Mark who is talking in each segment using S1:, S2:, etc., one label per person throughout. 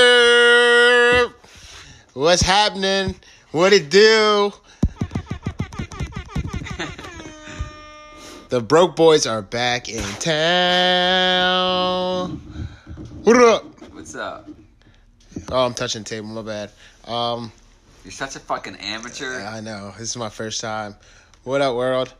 S1: Yeah, what's happening? What it do? the broke boys are back in town. What up?
S2: What's up?
S1: Oh, I'm touching the table. My bad. Um,
S2: You're such a fucking amateur.
S1: I know this is my first time. What up, world?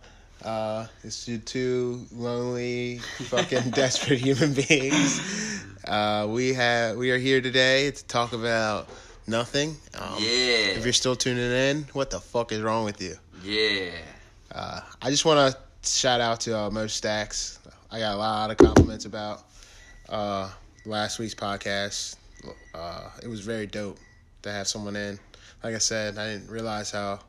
S1: Uh, it's you two lonely, fucking desperate human beings. Uh, we have we are here today to talk about nothing. Um, If
S2: yeah.
S1: you're still tuning in, what the fuck is wrong with you?
S2: Yeah.
S1: Uh, I just want to shout out to uh, Mo Stacks. I got a lot of compliments about uh, last week's podcast. Uh, it was very dope to have someone in. Like I said, I didn't realize how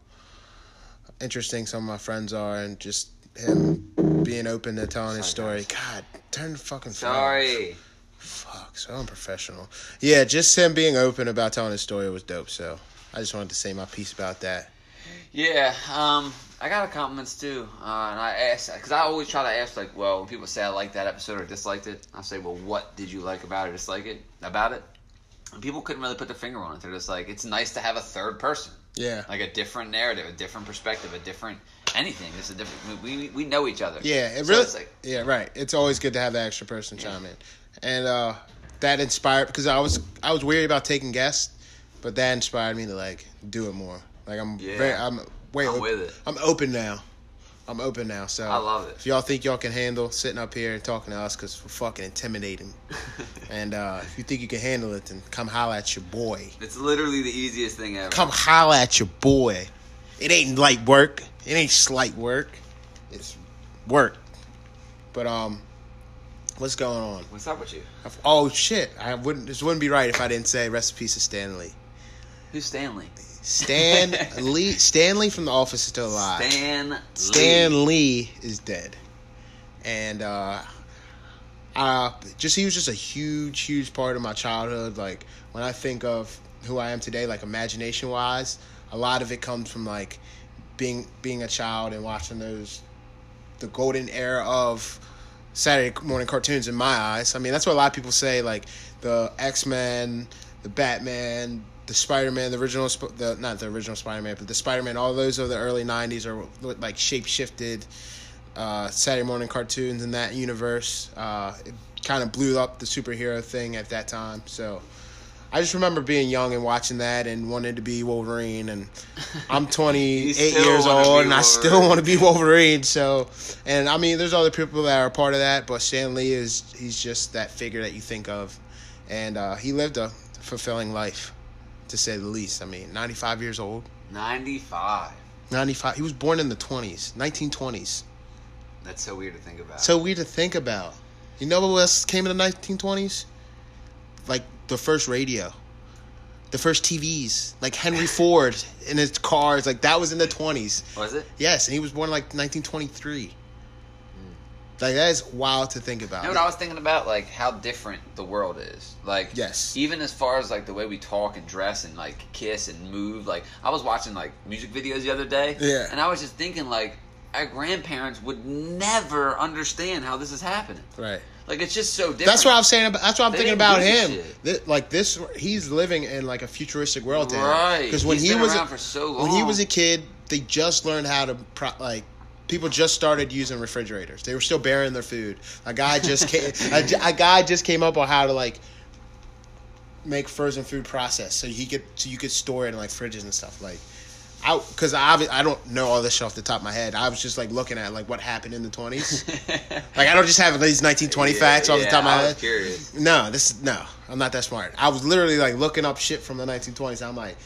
S1: interesting some of my friends are, and just him being open to telling his story. God, turn the fucking phone off.
S2: Sorry.
S1: Fuck, so unprofessional. Yeah, just him being open about telling his story was dope. So I just wanted to say my piece about that.
S2: Yeah. Um, I got a compliments too, uh, and I asked because I always try to ask like, well, when people say I like that episode or disliked it, I say, well, what did you like about it, dislike it about it? And people couldn't really put their finger on it. They're just like, it's nice to have a third person.
S1: Yeah.
S2: like a different narrative, a different perspective, a different anything. It's a different. We we, we know each other.
S1: Yeah, it
S2: So
S1: really.
S2: it's like,
S1: yeah, right. It's always good to have that extra person chime in, and uh, that inspired because I was I was weary about taking guests, but that inspired me to like do it more. Like I'm
S2: Yeah.
S1: very I'm way
S2: I'm
S1: op-
S2: with it.
S1: I'm open now. I'm open now. So
S2: I love it.
S1: If y'all think y'all can handle sitting up here and talking to us, because we're fucking intimidating, and uh, if you think you can handle it, then come holla at your boy.
S2: it's literally the easiest thing ever.
S1: Come holla at your boy. It ain't light work. It ain't slight work. It's work. But um, what's going on?
S2: What's up with you?
S1: I've- Oh shit! I wouldn't. This wouldn't be right if I didn't say recipes to Stanley.
S2: Who's Stanley?
S1: Stan Lee. Stanley from The Office is still alive.
S2: Stan. Lee.
S1: Stan Lee is dead, and uh, uh, just he was just a huge, huge part of my childhood. Like when I think of who I am today, like imagination wise, a lot of it comes from like being being a child and watching those the golden era of Saturday morning cartoons in my eyes. I mean, that's what a lot of people say, like the X Men, the Batman, the Spider Man, the original, Sp- the not the original Spider Man, but the Spider Man. All those of the early '90s are what, like shape shifted uh, Saturday morning cartoons in that universe. Uh, it kind of blew up the superhero thing at that time. So I just remember being young and watching that and wanting to be Wolverine. And I'm 28
S2: still
S1: years
S2: wanna be
S1: old and I still
S2: Wolverine.
S1: want to be Wolverine. So, and I mean, there's other people that are a part of that, but Stan Lee is he's just that figure that you think of, and uh, he lived a fulfilling life, to say the least. I mean, 95 years old.
S2: Ninety-five.
S1: 95. He was born in the 20s, 1920s.
S2: That's so weird to think about.
S1: So weird to think about. You know what else came in the 1920s? Like the first radio, the first TVs, like Henry Ford in his cars. Like that was in the 20s.
S2: was it?
S1: Yes, and he was born like 1923. Like that is wild to think about.
S2: Mm. You know what I was thinking about? Like how different the world is. Like
S1: Yes.
S2: even as far as like the way we talk and dress and like kiss and move. Like I was watching like music videos the other day.
S1: Yeah.
S2: And I was just thinking like our grandparents would never understand how this is happening.
S1: right.
S2: Like it's just so different.
S1: That's what I'm saying. About, that's what I'm
S2: They
S1: thinking
S2: didn't
S1: about
S2: do this
S1: him.
S2: shit.
S1: Thi- like this, he's living in like a futuristic world. to him.
S2: Right.
S1: when
S2: He's
S1: he
S2: been
S1: was
S2: around
S1: a,
S2: for so
S1: when he
S2: long.
S1: was a kid, they just learned how to pro, like. People just started using refrigerators. They were still burying their food. A guy just came. a, j- a guy just came up on how to like make frozen food process so he could so you could store it in like fridges and stuff like I because I obvi- I don't know all this shit off the top of my head. I was just like looking at like what happened in the twenties. like I don't just have these nineteen twenty
S2: Yeah,
S1: facts off the
S2: yeah,
S1: top of my
S2: I was
S1: head.
S2: curious.
S1: No, this no, I'm not that smart. I was literally like looking up shit from the nineteen twenties. I'm like,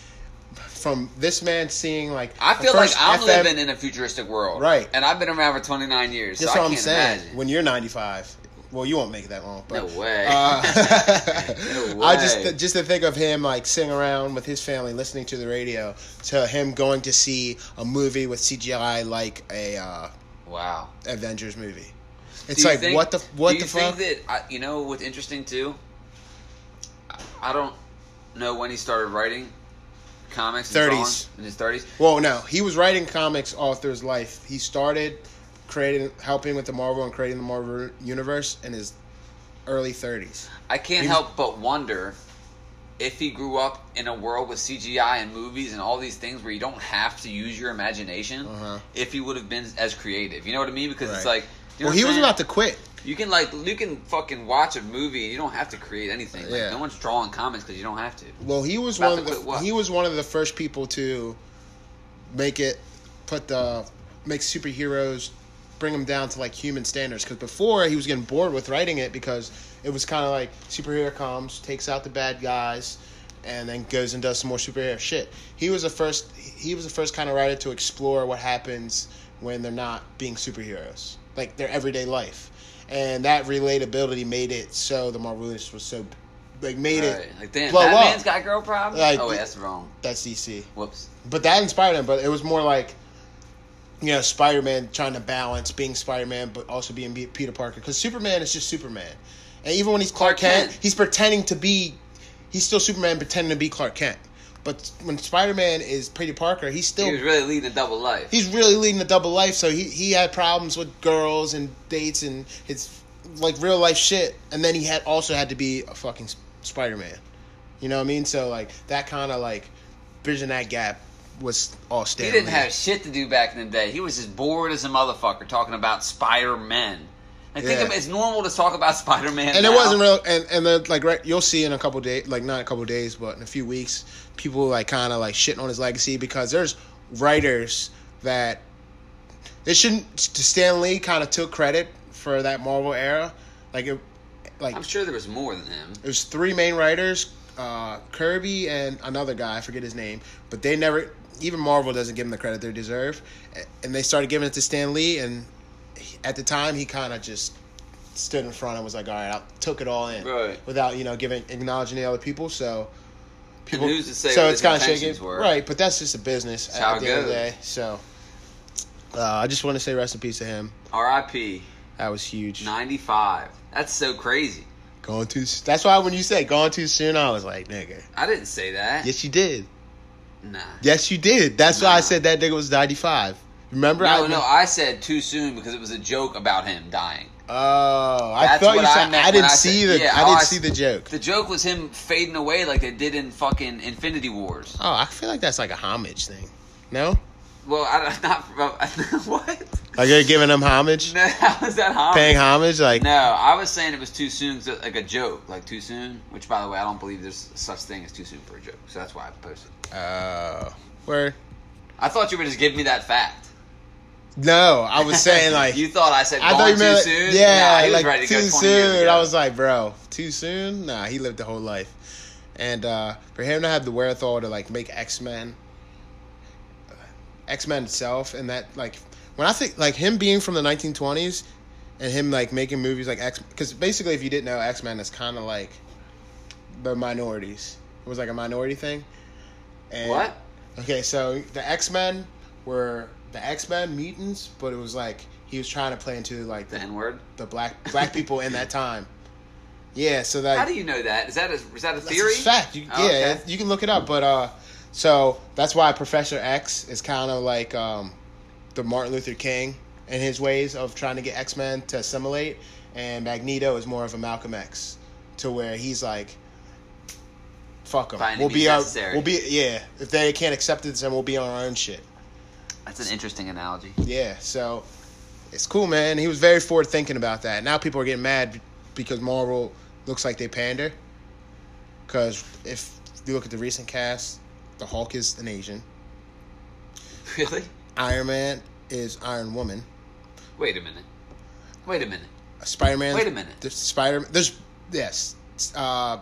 S1: from this man seeing like
S2: I
S1: the
S2: feel like
S1: first
S2: I'm
S1: FM
S2: living in a futuristic world.
S1: Right.
S2: And I've been around for 29 years.
S1: That's
S2: so I
S1: what I'm
S2: can't
S1: saying.
S2: Imagine.
S1: When you're 95, well, you won't make it that long. But,
S2: No way.
S1: uh,
S2: No
S1: I just
S2: way.
S1: just to think of him like sitting around with his family, listening to the radio, to him going to see a movie with CGI like a uh,
S2: wow.
S1: Avengers movie.
S2: Do
S1: It's
S2: you
S1: like
S2: think-
S1: what the what
S2: do you
S1: the fuck?
S2: think that I, you know what's interesting too? I- I don't know when he started writing comics? and
S1: 30s.
S2: drawings in his thirties.
S1: Well, no, he was writing comics all through his life. He started creating, helping with the Marvel and creating the Marvel universe in his early 30s.
S2: I can't
S1: He-
S2: help but wonder if he grew up in a world with CGI and movies and all these things where you don't have to use your imagination,
S1: Uh-huh.
S2: if he would have been as creative. You know what I mean? Because it's
S1: Right.
S2: like, you know
S1: Well,
S2: what
S1: he
S2: I'm
S1: was
S2: saying?
S1: about to quit.
S2: You can like you can fucking watch a movie and you don't have to create anything. Like,
S1: Yeah.
S2: No one's drawing comics because you don't have to.
S1: Well, he was one
S2: About to
S1: of the
S2: quit what?
S1: he was one of the first people to make it put the make superheroes bring them down to like human standards because before he was getting bored with writing it because it was kind of like superhero comes takes out the bad guys and then goes and does some more superhero shit he was the first he was the first kind of writer to explore what happens when they're not being superheroes like their everyday life and that relatability made it so the marvelous was so like made it
S2: Right. Like damn,
S1: blow
S2: Batman's
S1: up.
S2: got girl problems.
S1: Like,
S2: oh wait,
S1: the-
S2: that's wrong.
S1: that's DC.
S2: Whoops.
S1: But that inspired him. But it was more like, you know, Spider Man trying to balance being Spider Man but also being Be- Peter Parker because Superman is just Superman, and even when he's Clark,
S2: Clark
S1: Kent,
S2: Kent.
S1: he's pretending to be, he's still Superman pretending to be Clark Kent. But when Spider Man is Peter Parker, he's still
S2: He was really leading a double life.
S1: he's really leading a double life. So he he had problems with girls and dates and his like real life shit, and then he had also had to be a fucking Spider Man. You know what I mean? So like that kind of like bridging that gap was all
S2: He
S1: Stan.
S2: didn't
S1: Lee.
S2: have shit to do back in the day. He was as bored as a motherfucker talking about Spider Man. I think
S1: Yeah.
S2: of, it's normal to talk about Spider Man.
S1: and it wasn't real. And and then like right, you'll see in a couple days, like not a couple days, but in a few weeks, people like kind of like shitting on his legacy because there's writers that they shouldn't. Stan Lee kind of took credit for that Marvel era, like it, like
S2: I'm sure there was more than him.
S1: there's three main writers, uh, Kirby and another guy, I forget his name, but they never even Marvel doesn't give them the credit they deserve, A- and they started giving it to Stan Lee, and he- at the time he kind of just stood in front and was like, all right, I took it all in,
S2: Right.
S1: without you know giving acknowledging the other people, so. People,
S2: who's to say
S1: so
S2: what
S1: it's
S2: his
S1: kind of shaking,
S2: intentions were?
S1: right? But that's just a business at,
S2: how
S1: the
S2: it
S1: end of the
S2: goes.
S1: day. So, uh, I just want to say rest in peace to him.
S2: R.I.P.
S1: That was huge.
S2: 95. That's so crazy.
S1: Going too. s- That's why when you said "gone too soon," I was like, "Nigga."
S2: I didn't say that.
S1: Yes, you did.
S2: Nah.
S1: Yes, you did. That's why I
S2: Nah.
S1: said that nigga was 95. Remember?
S2: No,
S1: I,
S2: no, I said too soon because it was a joke about him dying.
S1: Oh, I
S2: That's
S1: thought you
S2: what I
S1: said.
S2: meant
S1: I, didn't
S2: when I
S1: see
S2: said-
S1: the.
S2: yeah,
S1: I didn't
S2: I-
S1: see the joke.
S2: The joke was him fading away like they did in fucking Infinity Wars.
S1: Oh, I feel like that's like a homage thing. No,
S2: Well, I, am not what?
S1: like you're giving him homage,
S2: No, how is that homage?
S1: paying homage. Like
S2: No, I was saying it was too soon, so- like a joke, like too soon. Which, by the way, I don't believe there's such thing as too soon for a joke. So that's why I posted.
S1: oh, where?
S2: I thought you were just giving me that fact.
S1: No, I was saying like.
S2: you thought I said
S1: I
S2: gone
S1: thought you
S2: too
S1: meant like-
S2: soon. Nah,
S1: yeah,
S2: he was
S1: like
S2: ready to
S1: too
S2: go 20 years
S1: soon.
S2: ago.
S1: I was like, bro, too soon. Nah, he lived a whole life, and uh, for him to have the wherewithal to like make X Men, X Men itself, and that like when I think like him being from the 1920s and him like making movies like X, because basically if you didn't know X Men is kind of like the minorities. It was like a minority thing. And
S2: what?
S1: Okay, so the X Men were the X Men mutants, but it was like he was trying to play into like
S2: The
S1: the,
S2: N word?
S1: the black black people in that time. Yeah, so that
S2: How do you know that? Is that a, is that a
S1: that's a
S2: theory?
S1: fact. You,
S2: Oh,
S1: yeah,
S2: okay.
S1: you can look it up, but uh, so that's why Professor X is kind of like um, the Martin Luther King in his ways of trying to get X Men to assimilate, and Magneto is more of a Malcolm X, to where he's like, "Fuck them,
S2: By any
S1: we'll
S2: means
S1: be our,
S2: necessary.
S1: we'll be yeah. If they can't accept it, then we'll be on our own shit."
S2: That's an interesting analogy.
S1: Yeah, so it's cool, man. He was very forward thinking about that. Now people are getting mad b- because Marvel looks like they pander. Because if you look at the recent cast, the Hulk is an Asian,
S2: Really?
S1: Iron Man is Iron Woman,
S2: Wait a minute. Wait a minute.
S1: Spider Man.
S2: Wait a minute.
S1: There's Spider. There's yes. Uh,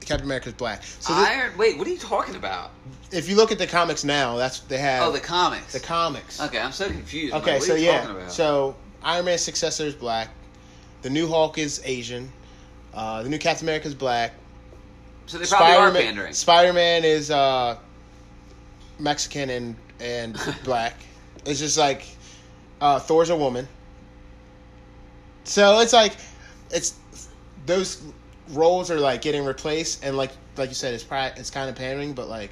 S1: Captain America's black. So the-
S2: Iron. Wait, what are you talking about?
S1: if you look at the comics now, that's they have
S2: Oh, the comics.
S1: the comics.
S2: okay, I'm so confused.
S1: Okay,
S2: Like, what
S1: so
S2: are you
S1: yeah,
S2: talking about?
S1: so Iron Man's successor is black. The new Hulk is Asian. Uh, the new Captain America is black.
S2: So they probably are
S1: Spider-Man-
S2: pandering.
S1: Spider-Man is uh, Mexican and and black. It's just like uh, Thor's a woman. So it's like it's those roles are like getting replaced, and like like you said, it's pri- it's kind of pandering, but like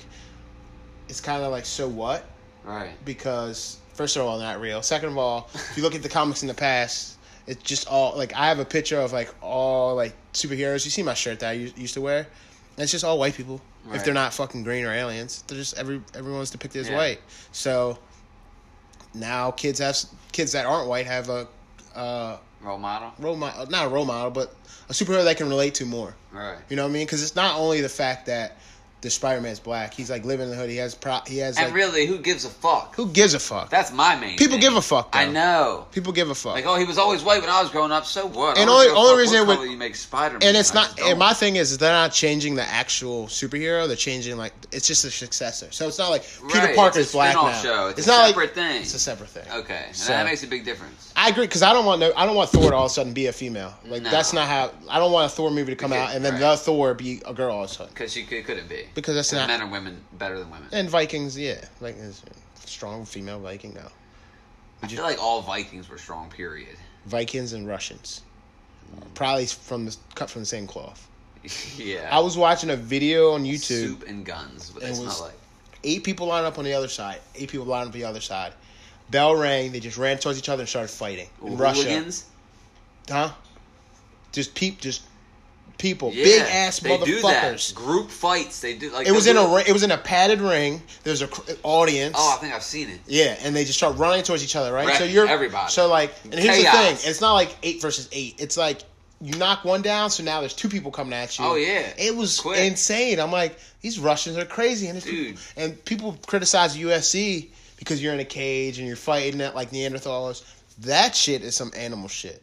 S1: it's kind of like so what
S2: Right.
S1: because first of all they're not real. Second of all, if you look at the comics in the past, it's just all like I have a picture of like all like superheroes. You see my shirt that I u- used to wear. And it's just all white people. If
S2: Right.
S1: they're not fucking green or aliens, they're just every everyone's depicted as
S2: Yeah.
S1: white. So now kids have s- kids that aren't white have a uh,
S2: Role model.
S1: role model, not a role model, but a superhero they can relate to more.
S2: Right.
S1: You know what I mean? Because it's not only the fact that the Spider Man's black. He's like living in the hood. He has pro. He has
S2: And
S1: like
S2: really, who gives a fuck?
S1: who gives a fuck?
S2: That's my main.
S1: People
S2: thing.
S1: give a fuck. Though.
S2: I know.
S1: People give a fuck.
S2: Like, oh, he was always white when I was growing up. So what? I
S1: And
S2: don't
S1: only-
S2: give a
S1: only
S2: fuck
S1: reason
S2: what
S1: it would-
S2: color you make Spider Man.
S1: and it's not. And my thing is, is they're not changing the actual superhero. They're changing like it's just a successor. So it's not like Peter
S2: Right,
S1: Parker's
S2: it's a
S1: black
S2: spin-off
S1: now.
S2: show. It's a
S1: not
S2: separate thing.
S1: It's a separate thing.
S2: Okay, and
S1: So-
S2: that makes a big difference.
S1: I agree because I don't want no, I don't want Thor to all of a sudden be a female. Like
S2: No.
S1: that's not how. I don't want a Thor movie to come
S2: Okay,
S1: out and then the
S2: right.
S1: Thor be a girl all of a sudden
S2: Because she could, couldn't be.
S1: because that's
S2: And
S1: not.
S2: men are women better than women.
S1: And Vikings, yeah, like is strong female Viking now.
S2: I feel like all Vikings were strong. Period.
S1: Vikings and Russians, probably from the, cut from the same cloth.
S2: yeah.
S1: I was watching a video on YouTube.
S2: Soup and guns. What they
S1: It
S2: smell
S1: was-
S2: like.
S1: Eight people lined up on the other side. Eight people lined up on the other side. Bell rang. They just ran towards each other and started fighting. In Russia,
S2: Hooligans?
S1: huh? Just peep, just people,
S2: Yeah,
S1: big ass
S2: they do that.
S1: motherfuckers.
S2: Group fights. They do like.
S1: It was
S2: they'll
S1: in a
S2: do
S1: ri- it was in a padded ring. There's a cr- audience.
S2: Oh, I think I've seen it.
S1: Yeah, and they just start running towards each other, right? so
S2: Wrecking
S1: you're
S2: everybody.
S1: So like, and here's the
S2: Chaos.
S1: thing: it's not like eight versus eight. It's like you knock one down, so now there's two people coming at you.
S2: Oh, yeah.
S1: it was
S2: Quick.
S1: insane. I'm like, these Russians are crazy, and it's
S2: Dude.
S1: and people criticize USC because you're in a cage and you're fighting at like Neanderthals. That shit is some animal shit.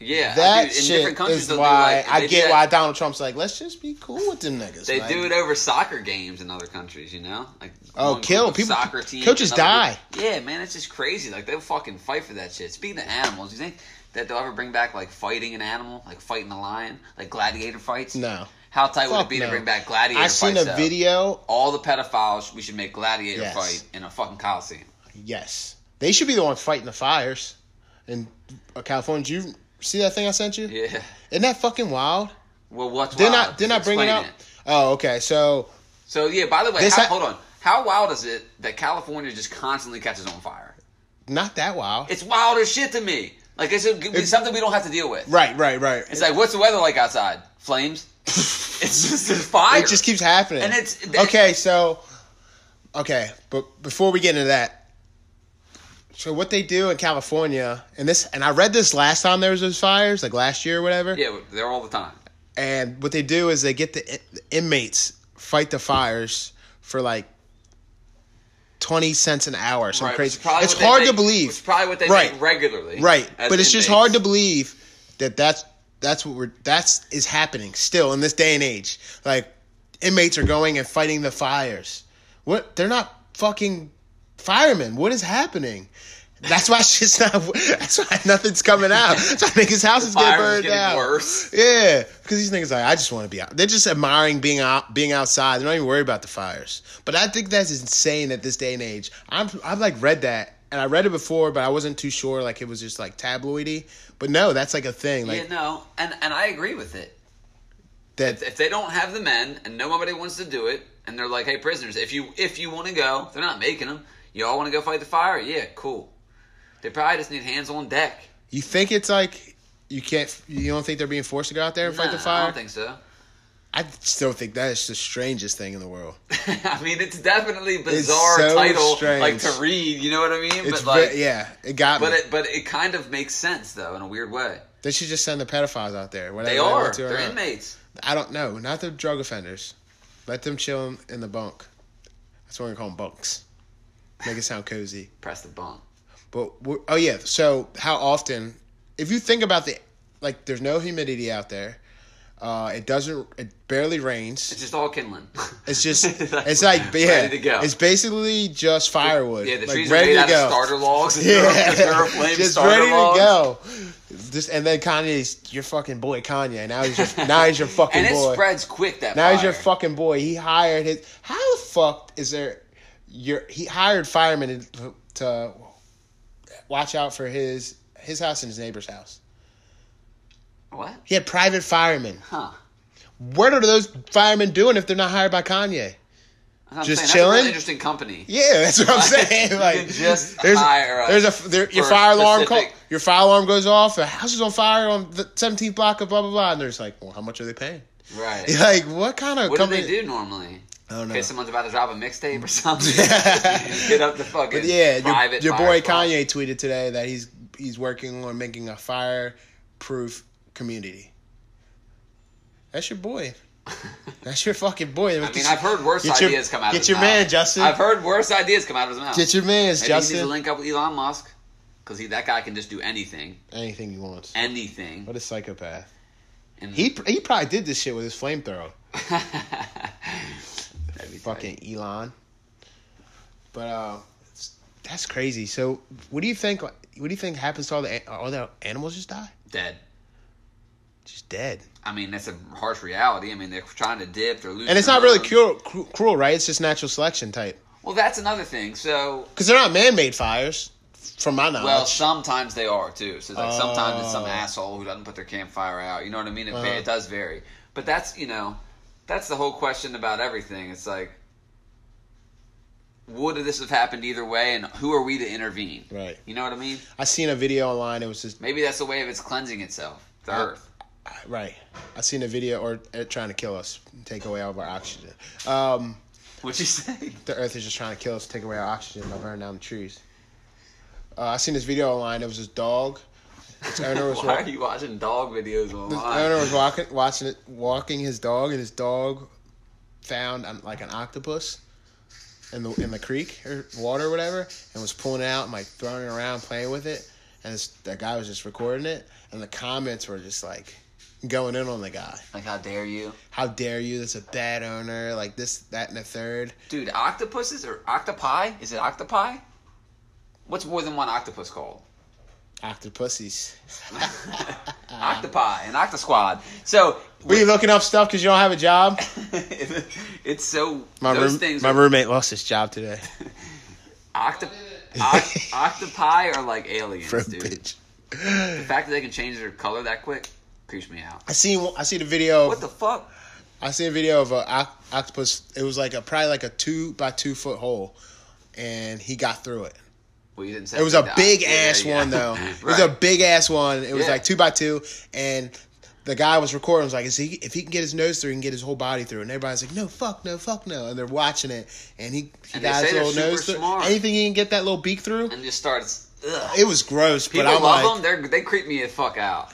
S2: Yeah,
S1: That
S2: Uh, dude, in different
S1: shit
S2: countries
S1: is
S2: they'll
S1: why
S2: do like,
S1: I
S2: they do
S1: get
S2: that-
S1: why Donald Trump's like, let's just be cool with them niggas.
S2: They
S1: Like,
S2: do it over soccer games in other countries, you know? Like
S1: Oh,
S2: one
S1: kill
S2: group of
S1: people.
S2: Soccer team,
S1: Coaches
S2: another group- Yeah, man, it's just crazy. Like they'll fucking fight for that shit. Speaking of animals, you think that they'll ever bring back like fighting an animal, like fighting a lion, like gladiator fights?
S1: No,
S2: How tight would
S1: Fuck
S2: it be
S1: no.
S2: to bring back gladiator
S1: I seen
S2: fights?
S1: a
S2: though?
S1: video
S2: All the pedophiles, we should make gladiator
S1: Yes.
S2: fight in a fucking coliseum.
S1: Yes. They should be the one fighting the fires in uh, California. Did you see that thing I sent you?
S2: Yeah.
S1: Isn't that fucking wild?
S2: Well, what's
S1: Didn't I
S2: wild?
S1: didn't I bring it
S2: Explain
S1: up? Oh, okay. So
S2: So yeah. By the way,
S1: This
S2: how,
S1: ha-
S2: hold on. How wild is it that California just constantly catches on fire?
S1: not that wild.
S2: It's wild as shit to me. Like it's, a, it's something we don't have to deal with.
S1: right, right, right.
S2: It's like, what's the weather like outside? Flames. It's just a fire.
S1: It just keeps happening.
S2: And it's-
S1: okay. So okay, but before we get into that, so what they do in California, and this, and I read this last time there was those fires, like last year or whatever.
S2: yeah, they're all the time.
S1: and what they do is they get the, in- the inmates fight the fires for like 20 cents an hour some
S2: Right, which
S1: crazy
S2: is probably
S1: it's
S2: what they
S1: hard to
S2: make- which is
S1: believe
S2: probably what they
S1: Right.
S2: make regularly.
S1: right
S2: as
S1: but it's just
S2: inmates.
S1: hard to believe that that's that's what we're that's is happening still in this day and age like inmates are going and fighting the fires what they're not fucking firemen what is happening that's why shit's not. That's why nothing's coming out. That's why niggas' houses get
S2: Fires
S1: burned
S2: getting
S1: down.
S2: worse.
S1: Yeah, because these niggas like I just want to be out. They're just admiring being out, being outside. They're not even worried about the fires. But I think that's insane at this day and age. I'm I've like read that and I read it before, but I wasn't too sure. Like it was just like tabloidy. But no, that's like a thing. Like
S2: yeah, no, and and I agree with it.
S1: that.
S2: If they don't have the men and nobody wants to do it, and they're like, hey, prisoners, if you if you want to go, they're not making them. You all want to go fight the fire? Yeah, cool. They probably just need hands on deck.
S1: You think it's like you can't. You don't think they're being forced to go out there and fight the
S2: Nah,
S1: fire.
S2: I don't think so.
S1: I still think that is the strangest thing in the world.
S2: I mean, it's definitely bizarre
S1: so
S2: title,
S1: strange.
S2: like to read. You know what I mean?
S1: It's
S2: but like,
S1: ve- yeah, it got
S2: but
S1: me.
S2: it but it kind of makes sense though in a weird way.
S1: they should just send the pedophiles out there. Whatever
S2: They are.
S1: want to or
S2: They're
S1: not.
S2: inmates.
S1: I don't know. Not the drug offenders. Let them chill in- in the bunk. That's what we call them bunks. Make it sound cozy.
S2: Press the bump.
S1: But we're, oh yeah, so how often? If you think about the like, there's no humidity out there. Uh, it doesn't. It barely
S2: It's
S1: rains.
S2: just all kindling.
S1: It's just. It's like yeah.
S2: Ready to go.
S1: It's basically just firewood.
S2: yeah, the
S1: like,
S2: trees are made out of starter logs. And yeah, they're flame
S1: just
S2: starter
S1: ready
S2: logs.
S1: to go. Just and then Kanye's your fucking boy Kanye. Now he's your now he's your fucking
S2: And it
S1: boy.
S2: spreads quick. That
S1: Now he's your
S2: fire.
S1: fucking boy. He hired his. How the fuck is there? Your he hired firemen to, to watch out for his his house and his neighbor's house.
S2: What?
S1: He had private firemen.
S2: Huh?
S1: What are those firemen doing if they're not hired by Kanye?
S2: I'm
S1: Just
S2: saying, that's a really
S1: chilling?
S2: interesting company.
S1: Yeah, that's what I'm
S2: Like,
S1: saying.
S2: you
S1: Like,
S2: can just
S1: there's
S2: hire us
S1: there's a there, your
S2: for
S1: fire alarm call,
S2: specific-
S1: your fire alarm goes off. A house is on fire on the 17th block of blah blah blah. And there's like, well, how much are they paying?
S2: Right.
S1: Like, what kind of
S2: What do
S1: company?
S2: they do normally?
S1: I don't know.
S2: Okay, someone's about to drop a mixtape or something. Get up the fucking
S1: But yeah, your,
S2: private
S1: your boy
S2: firefly.
S1: Kanye tweeted today that he's he's working on making a fireproof community. That's your boy. That's your fucking boy.
S2: I mean, I've heard worse
S1: Get your-
S2: ideas come out.
S1: get
S2: of his
S1: your
S2: mouth.
S1: man, Justin.
S2: I've heard worse ideas come out of his mouth.
S1: Get your man's
S2: Maybe he needs to
S1: Justin.
S2: link up with Elon Musk because he that guy can just do anything,
S1: Anything he wants.
S2: anything.
S1: What a psychopath.
S2: And
S1: He he probably did this shit with his flamethrower.
S2: That'd be tight.
S1: Fucking Elon. But uh, it's- that's crazy. So, what do you think? What do you think happens to all the an- all the animals? Just die?
S2: dead.
S1: Just dead?
S2: I mean, that's a harsh reality. I mean, they're trying to dip. They're losing.
S1: And it's not really
S2: their-
S1: cruel, cru- cruel, right? It's just natural selection type.
S2: Well, that's another thing. So,
S1: Because they're not man-made fires, from my knowledge.
S2: well, sometimes they are too. So, it's like sometimes it's some
S1: Uh-huh. Oh.
S2: asshole who doesn't put their campfire out. You know what I mean? It,
S1: Uh-huh.
S2: it does vary. But that's you know, that's the whole question about everything. It's like, would this have happened either way? And who are we to intervene?
S1: right.
S2: You know what I mean?
S1: I seen a video online. It was just
S2: Maybe that's the way of it's cleansing itself, the
S1: Yeah.
S2: earth.
S1: right. I seen a video or uh, trying to kill us, take away all of our oxygen. Um,
S2: What'd you say?
S1: the earth is just trying to kill us, take away our oxygen by burning down the trees. Uh, I seen this video online. It was this dog. Its owner was
S2: Why
S1: wa-
S2: are you watching dog videos
S1: This
S2: online?
S1: owner was walking, watching it, walking his dog, and his dog found um, like an octopus in the in the creek or water or whatever, and was pulling it out and like throwing it around, playing with it. And this, the guy was just recording it, and the comments were just like going in on the guy.
S2: Like, how dare you?
S1: How dare you? That's a bad owner. Like this, that, and the third.
S2: Dude, octopuses or octopi? Is it octopi? What's more than one octopus called?
S1: Octopussies.
S2: octopi and octo squad. So
S1: Were you looking up stuff because you don't have a job?
S2: it's so
S1: My
S2: those
S1: room,
S2: things
S1: my
S2: are
S1: roommate lost his job today.
S2: octo- oc- octopi are like aliens,
S1: For a
S2: dude.
S1: bitch.
S2: The fact that they can change their color that quick creeps me out.
S1: I seen, I seen a video.
S2: What
S1: Of,
S2: the fuck?
S1: I seen a video of a oc- octopus. It was like a probably like a two by two foot hole, and he got through it.
S2: Well, you didn't say
S1: It was
S2: that.
S1: a big
S2: Yeah,
S1: ass
S2: yeah.
S1: one though. It was a
S2: Right.
S1: big ass one. It was
S2: Yeah.
S1: like two by two, and the guy was recording. Was like, "Is he? If he can get his nose through, he can get his whole body through." And everybody's like, "No, fuck, no, fuck, no!" And they're watching it, and he, he
S2: And they
S1: got his
S2: say they're
S1: little
S2: super
S1: nose through.
S2: smart.
S1: Anything he can get that little beak through,
S2: and just starts. Ugh.
S1: it was gross.
S2: People
S1: but I'm
S2: love
S1: like,
S2: them. They're, they creep me the fuck out.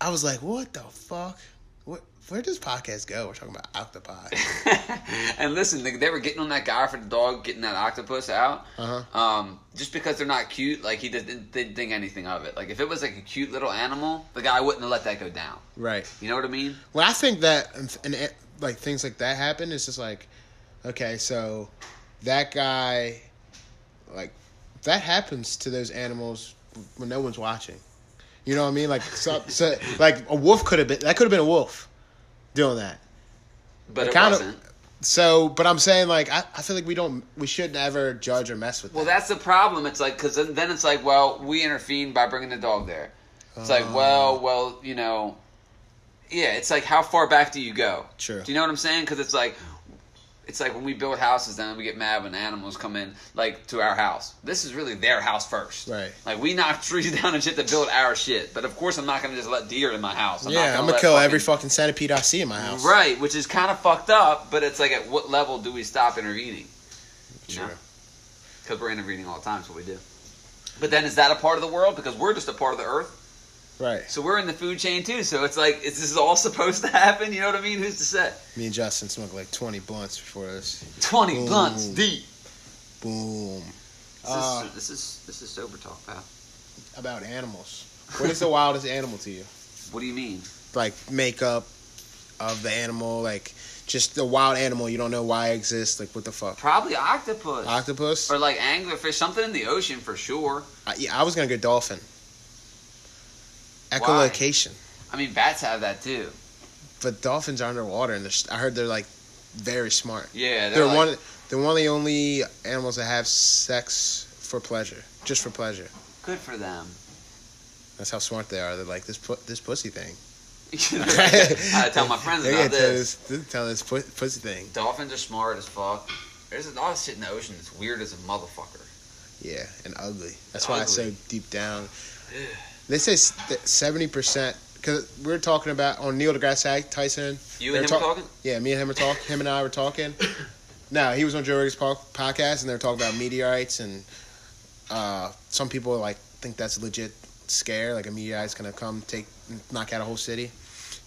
S1: I was like, "What the fuck? What? Where does podcast go? We're talking about octopi."
S2: and listen, they, they were getting on that guy for the dog getting that octopus out.
S1: Uh-huh.
S2: Um, just because they're not cute, like he didn't, didn't think anything of it. Like if it was like a cute little animal, the guy wouldn't have let that go down.
S1: right.
S2: You know what I mean?
S1: Well, I think that and, and like things like that happen. It's just like, okay, so that guy, like, that happens to those animals when no one's watching. You know what I mean? Like, so, so like a wolf could have been that could have been a wolf doing that.
S2: But
S1: It
S2: it,
S1: kinda-
S2: wasn't.
S1: So, but I'm saying like I, I feel like we don't we shouldn't ever judge or mess with.
S2: Well,
S1: that.
S2: that's the problem. It's like because then, then it's like, well, we intervened by bringing the dog there. It's
S1: Oh.
S2: like, well, well, you know, yeah. It's like, how far back do you go?
S1: True.
S2: Do you know what I'm saying? Because it's like, it's like when we build houses, then we get mad when animals come in, like to our house. This is really their house first.
S1: Right.
S2: Like we knock trees down and shit to build our shit. But of course, I'm not gonna just let deer in my house. I'm not
S1: yeah, I'm gonna
S2: let
S1: kill
S2: fucking-
S1: every fucking centipede I see in my house.
S2: Right, which is kind of fucked up. But it's like, at what level do we stop intervening?
S1: True.
S2: because we're intervening all the time. That's what we do. But then, is that a part of the world? Because we're just a part of the earth,
S1: Right.
S2: so we're in the food chain too. So it's like, is this all supposed to happen? You know what I mean? Who's to say?
S1: Me and Justin smoked like 20 blunts before this.
S2: Twenty
S1: Ooh.
S2: blunts deep.
S1: Boom.
S2: This,
S1: Uh,
S2: is, this is this is sober talk, pal.
S1: about animals. What is the wildest animal to you?
S2: What do you mean?
S1: Like makeup of the animal, like just the wild animal you don't know why it exists. Like what the fuck?
S2: Probably octopus
S1: Uh. Octopus?
S2: or like anglerfish, something in the ocean for sure.
S1: I, yeah, I was gonna go dolphin. Echolocation,
S2: I mean, bats have that too.
S1: but dolphins are underwater, and they're, s- I heard they're like very smart.
S2: Yeah,
S1: They're,
S2: like-
S1: one. They're one of the only animals that have sex for pleasure, just for pleasure.
S2: good for them.
S1: That's how smart they are. They're like this. Pu- this pussy thing.
S2: I tell my friends
S1: They're gonna
S2: about
S1: tell
S2: this.
S1: this. this- Tell this pu- pussy thing.
S2: Dolphins are smart as fuck. There's a lot of shit in the ocean that's weird as a motherfucker.
S1: Yeah, and ugly. That's why I say
S2: Ugly.
S1: deep down. They say seventy percent because we're talking about on Neil deGrasse Tyson.
S2: You
S1: They
S2: and him
S1: were
S2: were
S1: talk-
S2: talking?
S1: Yeah, me and him were talking. Him and I were talking. No, he was on Joe Rogan's po- podcast, and they were talking about meteorites, and uh, some people like think that's a legit scare, like a meteorite's gonna come take knock out a whole city.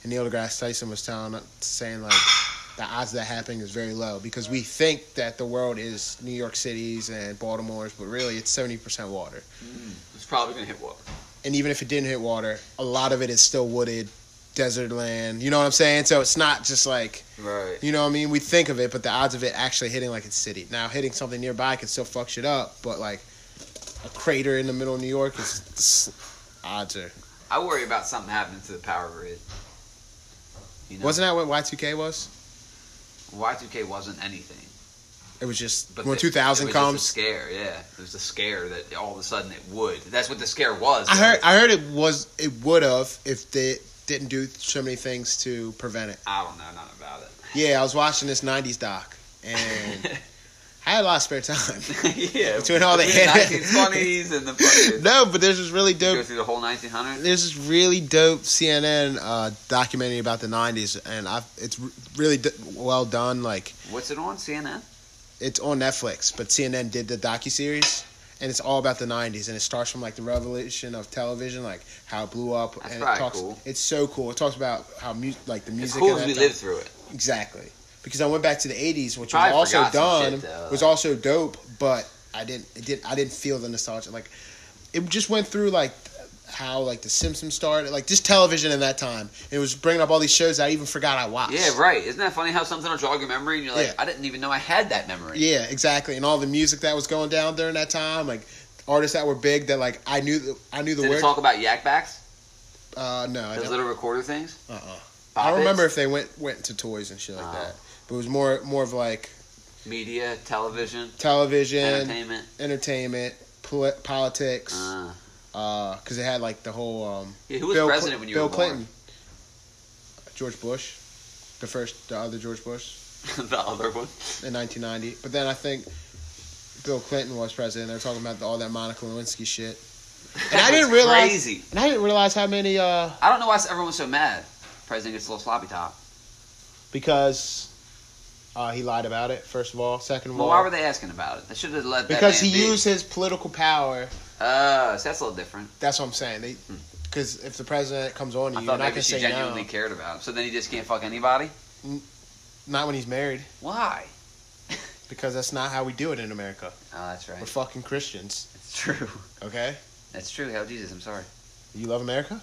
S1: And Neil deGrasse Tyson was telling saying like the odds of that happening is very low because we think that the world is New York City's and Baltimore's, but really it's seventy percent water.
S2: It's probably gonna hit water.
S1: And even if it didn't hit water, a lot of it is still wooded, desert land. You know what I'm saying? So it's not just like
S2: Right.
S1: you know what I mean? We think of it, but the odds of it actually hitting like its city. Now, hitting something nearby can still fuck shit up, but like a crater in the middle of New York is it's- odds are.
S2: I worry about something happening to the power grid. You know,
S1: Wasn't that what Y2K was?
S2: Y2K wasn't anything.
S1: It was just
S2: But
S1: when
S2: the-
S1: 2000
S2: it was just a
S1: comes.
S2: scare. Yeah, it was a scare that all of a sudden it would. That's what the scare was.
S1: I heard. I heard it was. It would have if they didn't do so many things to prevent it.
S2: I don't know nothing about
S1: Yeah, I was watching this 90s doc and
S2: it.
S1: I had a lot of spare time.
S2: yeah,
S1: Between all the-
S2: nineteen twenties and the fucking
S1: no, but there's this really
S2: go
S1: dope
S2: through the whole nineteen hundreds.
S1: there's this really dope CNN uh, documentary about the '90s, and I've, it's r- really d- well done. Like
S2: What's it on CNN?
S1: it's on Netflix, but CNN did the docu series, and it's all about the '90s, and it starts from like the revolution of television, like how it blew up.
S2: That's
S1: and it
S2: probably
S1: talks,
S2: cool.
S1: It's so cool. It talks about how mu- like the music.
S2: It's
S1: and
S2: cool because we
S1: that time-
S2: lived through it.
S1: exactly because I went back to the '80s, which
S2: Probably
S1: was also
S2: forgot some
S1: done,
S2: shit, though,
S1: was
S2: like-
S1: also dope, but I didn't it did I didn't feel the nostalgia. Like it just went through like how like the Simpsons started, like just television in that time. It was bringing up all these shows I even forgot I watched.
S2: Yeah, right. Isn't that funny how something will jog your memory and you're like,
S1: Yeah.
S2: I didn't even know I had that memory.
S1: Yeah, exactly. And all the music that was going down during that time, like artists that were big that like I knew I knew the
S2: Did it
S1: word.
S2: talk about yakbacks?
S1: uh, no, I
S2: Those
S1: don't.
S2: little recorder things?
S1: Uh-uh. I
S2: Pop-its?
S1: don't remember if they went went to toys and shit like
S2: Oh.
S1: that. But it was more more of like
S2: Media, television,
S1: television,
S2: entertainment.
S1: entertainment, poli- politics.
S2: Uh,
S1: because it had like the whole. Um,
S2: Yeah, who was
S1: Cl-
S2: president when you
S1: Bill
S2: were born?
S1: Clinton, George Bush, the first, the other George Bush
S2: the other one.
S1: in 1990. But then I think Bill Clinton was president. They were talking about the, all that Monica Lewinsky shit, and I
S2: That
S1: didn't
S2: was
S1: realize.
S2: Crazy.
S1: And I didn't realize how many uh,
S2: I don't know why everyone's so mad. President gets a little sloppy top.
S1: because uh, he lied about it. First of all, second of
S2: Well,
S1: all,
S2: why were they asking about it? They should have let that
S1: because he
S2: man be.
S1: used his political power.
S2: Uh, so that's a little different.
S1: That's what I'm saying. They because if the president comes on to
S2: Hmm. I
S1: you, you're
S2: thought
S1: not
S2: maybe
S1: gonna
S2: she
S1: say
S2: genuinely
S1: no.
S2: cared about him. So then he just can't fuck anybody.
S1: Not when he's married,
S2: Why?
S1: because that's not how we do it in America.
S2: Oh, that's
S1: We're
S2: right.
S1: fucking Christians,
S2: That's true.
S1: okay?
S2: That's true. Hell, Jesus, I'm sorry.
S1: You love America?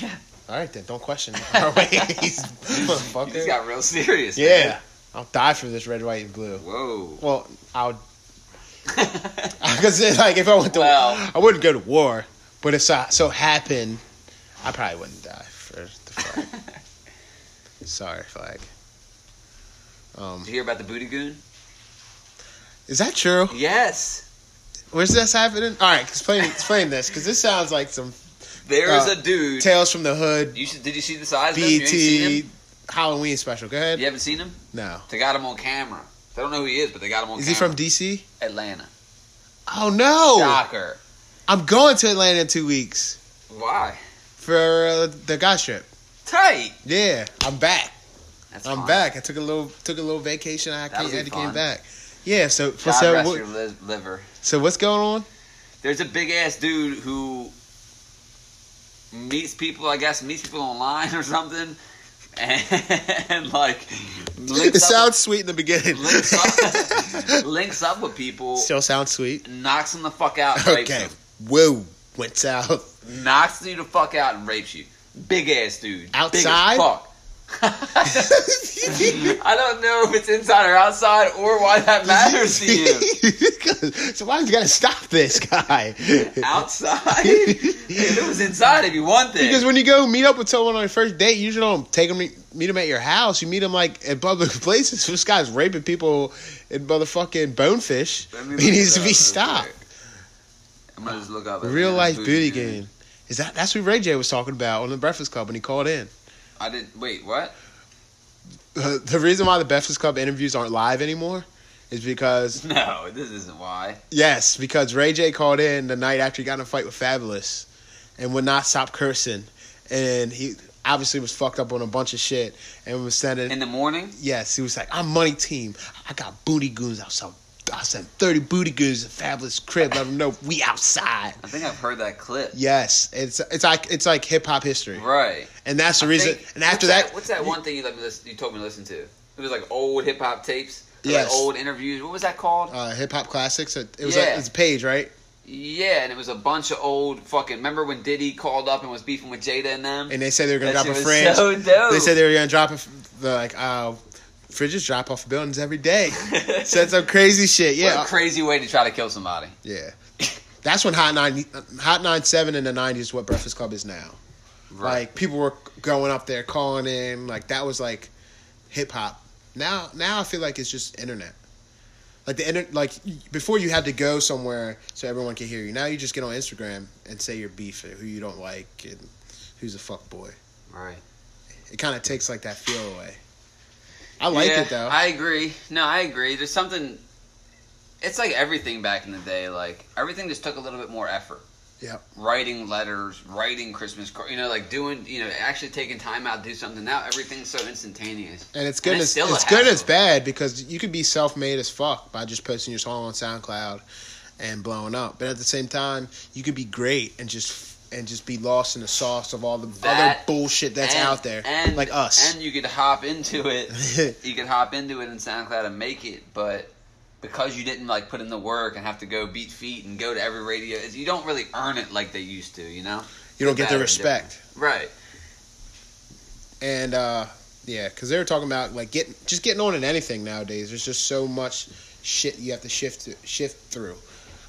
S2: Yeah,
S1: All right, then don't question our ways,
S2: you just
S1: motherfucker.
S2: got real serious. man.
S1: Yeah, I'll die for this red, white, and blue.
S2: Whoa.
S1: Well, I'll because like if I went to,
S2: Well.
S1: I wouldn't go to war, but if so, so happened, I probably wouldn't die for the flag. Sorry, flag. Um,
S2: Did you hear about the booty goon?
S1: is that true?
S2: Yes.
S1: Where's this happening? All right, explain explain this because this sounds like some
S2: There is
S1: Uh,
S2: a dude.
S1: tales from the hood,
S2: You should, did you see the size of him? You ain't seen
S1: BT
S2: him?
S1: Halloween special. Go ahead.
S2: You haven't seen him?
S1: No,
S2: They got him on camera. They don't know who he is, but they got him on
S1: is he
S2: camera.
S1: from DC?
S2: Atlanta?
S1: Oh no!
S2: Shocker.
S1: I'm going to Atlanta in two weeks
S2: Why?
S1: for uh, the guys trip.
S2: Tight.
S1: Yeah, I'm back.
S2: That's
S1: I'm
S2: fine.
S1: back. I took a little took a little vacation. I
S2: That'll
S1: came,
S2: be
S1: had to
S2: fun.
S1: came back. Yeah. So
S2: God
S1: so,
S2: rest
S1: what-
S2: your li- liver.
S1: so what's going on?
S2: There's a big ass dude who meets people. I guess meets people online or something, and like
S1: It
S2: links up,
S1: sounds sweet in the beginning.
S2: links up, links up with people,
S1: Still sounds sweet.
S2: knocks them the fuck out, and rapes
S1: Okay.
S2: them.
S1: Whoa. Went south.
S2: knocks you the fuck out and rapes you. Big ass dude.
S1: Outside?
S2: Big as fuck. I don't know if it's inside or outside or why that matters to you.
S1: so why you gotta stop this guy?
S2: Outside? if it was inside, it'd be one thing.
S1: Because when you go meet up with someone on your first date, you usually don't take them meet them at your house. You meet them like at public places. This guy's raping people in motherfucking bonefish.
S2: Let me look
S1: He needs to
S2: it up
S1: be
S2: real
S1: stopped.
S2: quick. I'm gonna just look up.
S1: Real life booty
S2: game.
S1: game. Is that that's what Ray J was talking about on the Breakfast Club when he called in?
S2: I didn't. Wait, what?
S1: Uh, the reason why the Breakfast Club interviews aren't live anymore is because
S2: No, this isn't why.
S1: yes, because Ray J called in the night after he got in a fight with Fabulous, and would not stop cursing, and he obviously was fucked up on a bunch of shit, and was sending.
S2: In the morning?
S1: yes, he was like, "I'm money team. I got booty goons outside. I sent thirty booty goons to Fabulous crib. Let them know we outside."
S2: I think I've heard that clip.
S1: Yes, it's it's like it's like hip hop history,
S2: Right.
S1: and that's the
S2: I
S1: reason.
S2: think-
S1: and after
S2: what's
S1: that,
S2: what's that one thing you let me listen, you told me to listen to? It was like old hip hop tapes. Or
S1: Yes.
S2: Like old interviews. What was that called?
S1: uh, hip hop classics. It, it was
S2: Yeah.
S1: a, it was a page, right?
S2: yeah, and it was a bunch of old fucking. Remember when Diddy called up and was beefing with Jada and them?
S1: And they said they were gonna
S2: That
S1: drop a
S2: shit was
S1: fringe.
S2: so dope.
S1: They said they were gonna drop a f- the like uh, fridges drop off buildings every day. said some crazy shit.
S2: What
S1: Yeah,
S2: a crazy way to try to kill somebody.
S1: yeah. That's when Hot Nine Hot Nine Seven in the nineties what Breakfast Club is now. Like people were going up there calling in. Like that was like hip hop. Now now I feel like it's just internet. Like the inter- like y- before you had to go somewhere so everyone could hear you. Now you just get on Instagram and say your beef or who you don't like and who's a fuck boy.
S2: right.
S1: It kind of takes like that feel away. I like
S2: Yeah,
S1: it though.
S2: I agree. No, I agree. There's something. It's like everything back in the day. Like everything just took a little bit more effort.
S1: Yep.
S2: Writing letters, writing Christmas cards, you know, like doing, you know, actually taking time out to do something. Now everything's so instantaneous.
S1: and it's good.
S2: and
S1: And
S2: it's
S1: it's,
S2: still a
S1: it's good. and It's
S2: hassle.
S1: bad because you could be self-made as fuck by just posting your song on SoundCloud and blowing up. But at the same time, you could be great and just and just be lost in the sauce of all the
S2: That
S1: other bullshit that's
S2: And-
S1: out there,
S2: and,
S1: like us.
S2: And you could hop into it. you could hop into it in SoundCloud and make it, but because you didn't like put in the work and have to go beat feet and go to every radio, you don't really earn it like they used to, you know?
S1: you don't get
S2: Bad
S1: the
S2: and
S1: respect.
S2: Right.
S1: And uh, yeah, because they were talking about like getting just getting on in anything nowadays. There's just so much shit you have to shift to, shift through.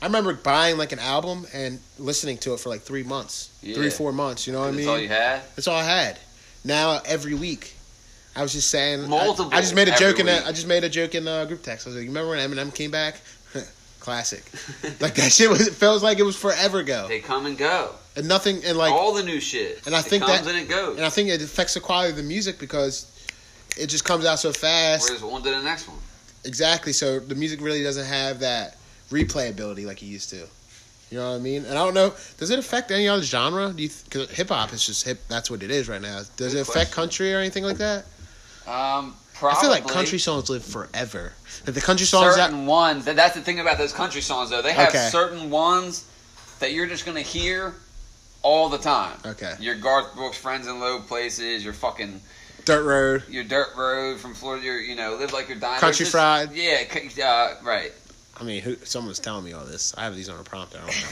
S1: I remember buying like an album and listening to it for like three months,
S2: Yeah.
S1: three four months. You know what I
S2: That's
S1: mean?
S2: all you had.
S1: That's all I had. Now every week, I was just saying. I-
S2: Multiple
S1: I, just made a
S2: every
S1: joke in. A,
S2: week.
S1: I just made a joke in a group text. I was like, "You remember when Eminem came back? Classic. like that shit was. It feels like it was forever ago.
S2: They come and go.
S1: And nothing. And like.
S2: All the new shit.
S1: And I
S2: It
S1: think
S2: comes
S1: that-
S2: and it goes.
S1: And I think it affects the quality of the music because it just comes out so fast.
S2: We're just on to the next one.
S1: Exactly. So the music really doesn't have that replayability like it used to. You know what I mean? And I don't know. Does it affect any other genre? Do you? Because hip hop is just hip. That's what it is right now. Does
S2: Good
S1: it affect
S2: question.
S1: country or anything like that?
S2: Um, probably.
S1: I feel like country songs live forever. Like the country songs
S2: certain
S1: that
S2: ones. That, that's the thing about those country songs, though. They have
S1: Okay.
S2: certain ones that you're just gonna hear all the time.
S1: Okay.
S2: Your Garth Brooks, Friends in Low Places, your fucking
S1: Dirt Road,
S2: your Dirt Road from Florida, your you know Live Like You're Dying.
S1: Country
S2: There's just-
S1: Fried.
S2: Yeah. c- Uh, right.
S1: I mean, who, someone's telling me all this. I have these on a prompter. I don't know.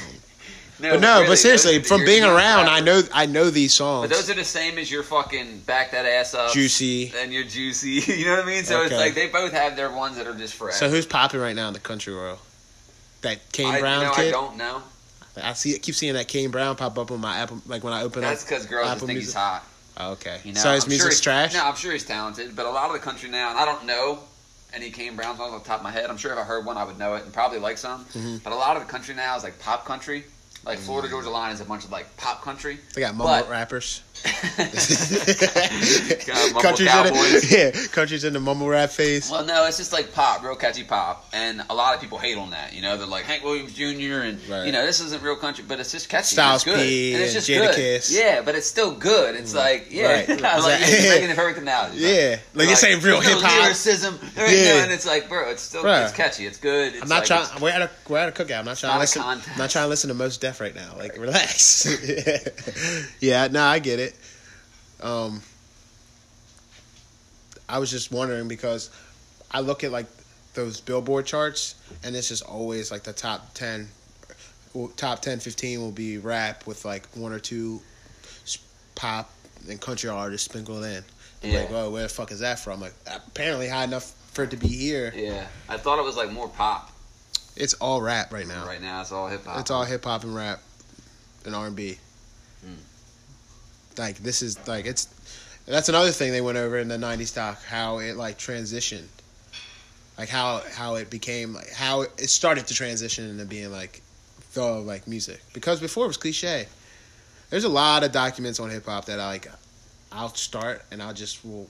S2: No,
S1: but no,
S2: really,
S1: but
S2: those
S1: seriously,
S2: are the-
S1: from
S2: you're
S1: being
S2: gonna
S1: around,
S2: have-
S1: I know I know these songs.
S2: But those are the same as your fucking back that ass up,
S1: Juicy.
S2: and your juicy. You know what I mean? So it's
S1: Okay.
S2: like they both have their ones that are just forever.
S1: So who's popping right now in the country world? That Kane
S2: I,
S1: Brown
S2: you know, I
S1: kid.
S2: don't know.
S1: Like, I see, keep seeing that Kane Brown pop up on my Apple. Like when I open
S2: That's
S1: up.
S2: because girls just
S1: Apple
S2: think he's
S1: Music.
S2: hot.
S1: Oh, okay.
S2: You know,
S1: so his
S2: I'm sure
S1: music's
S2: he's-
S1: trash.
S2: No, I'm sure he's talented, but a lot of the country now, and I don't know any Kane Brown songs off the top of my head. I'm sure if I heard one, I would know it and probably like some.
S1: Mhm.
S2: But a lot of the country now is like pop country. Like
S1: Mm.
S2: Florida Georgia Line is a bunch of like pop country.
S1: They got mumble
S2: But-
S1: rappers.
S2: God, mumble
S1: country's in
S2: cowboys.
S1: the, yeah, country's in the mumble rap phase.
S2: Well, no, it's just like pop, real catchy pop, and a lot of people hate on that. You know, they're like Hank Williams Jr. and
S1: Right.
S2: you know this isn't real country, but it's just catchy.
S1: Styles
S2: and it's good.
S1: P
S2: and it's
S1: and
S2: just
S1: Jada
S2: good.
S1: Kiss. Mm.
S2: Yeah, but it's still good. It's like yeah,
S1: Right.
S2: like,
S1: Exactly.
S2: you're making the perfect analogy. bro.
S1: Yeah, like this ain't real
S2: there's no
S1: hip hop.
S2: lyricism. There
S1: Yeah.
S2: ain't no- and it's like, bro, it's still
S1: Bruh.
S2: it's catchy. It's good. It's
S1: I'm not
S2: like,
S1: trying.
S2: it's-
S1: We're at a we're at a cookout. I'm not trying
S2: not a
S1: to listen. I'm
S2: contest.
S1: not trying to listen to most deaf right now. Like relax. yeah, no, I get it. Um, I was just wondering because I look at like those Billboard charts, and it's just always like the top ten, well, top 10, 15 will be rap with like one or two s- pop and country artists sprinkled in. I'm Like,
S2: Yeah.
S1: oh, where the fuck is that from? Like, apparently high enough for it to be here.
S2: Yeah, I thought it was like more pop.
S1: It's all rap right now.
S2: Right now, it's all hip hop.
S1: It's all hip hop and rap and R and B.
S2: Mm.
S1: Like this is like it's that's another thing they went over in the '90s doc how it like transitioned, like how how it became like how it started to transition into being like the like music because before it was cliche. There's a lot of documents on hip hop that I like I'll start and I'll just will.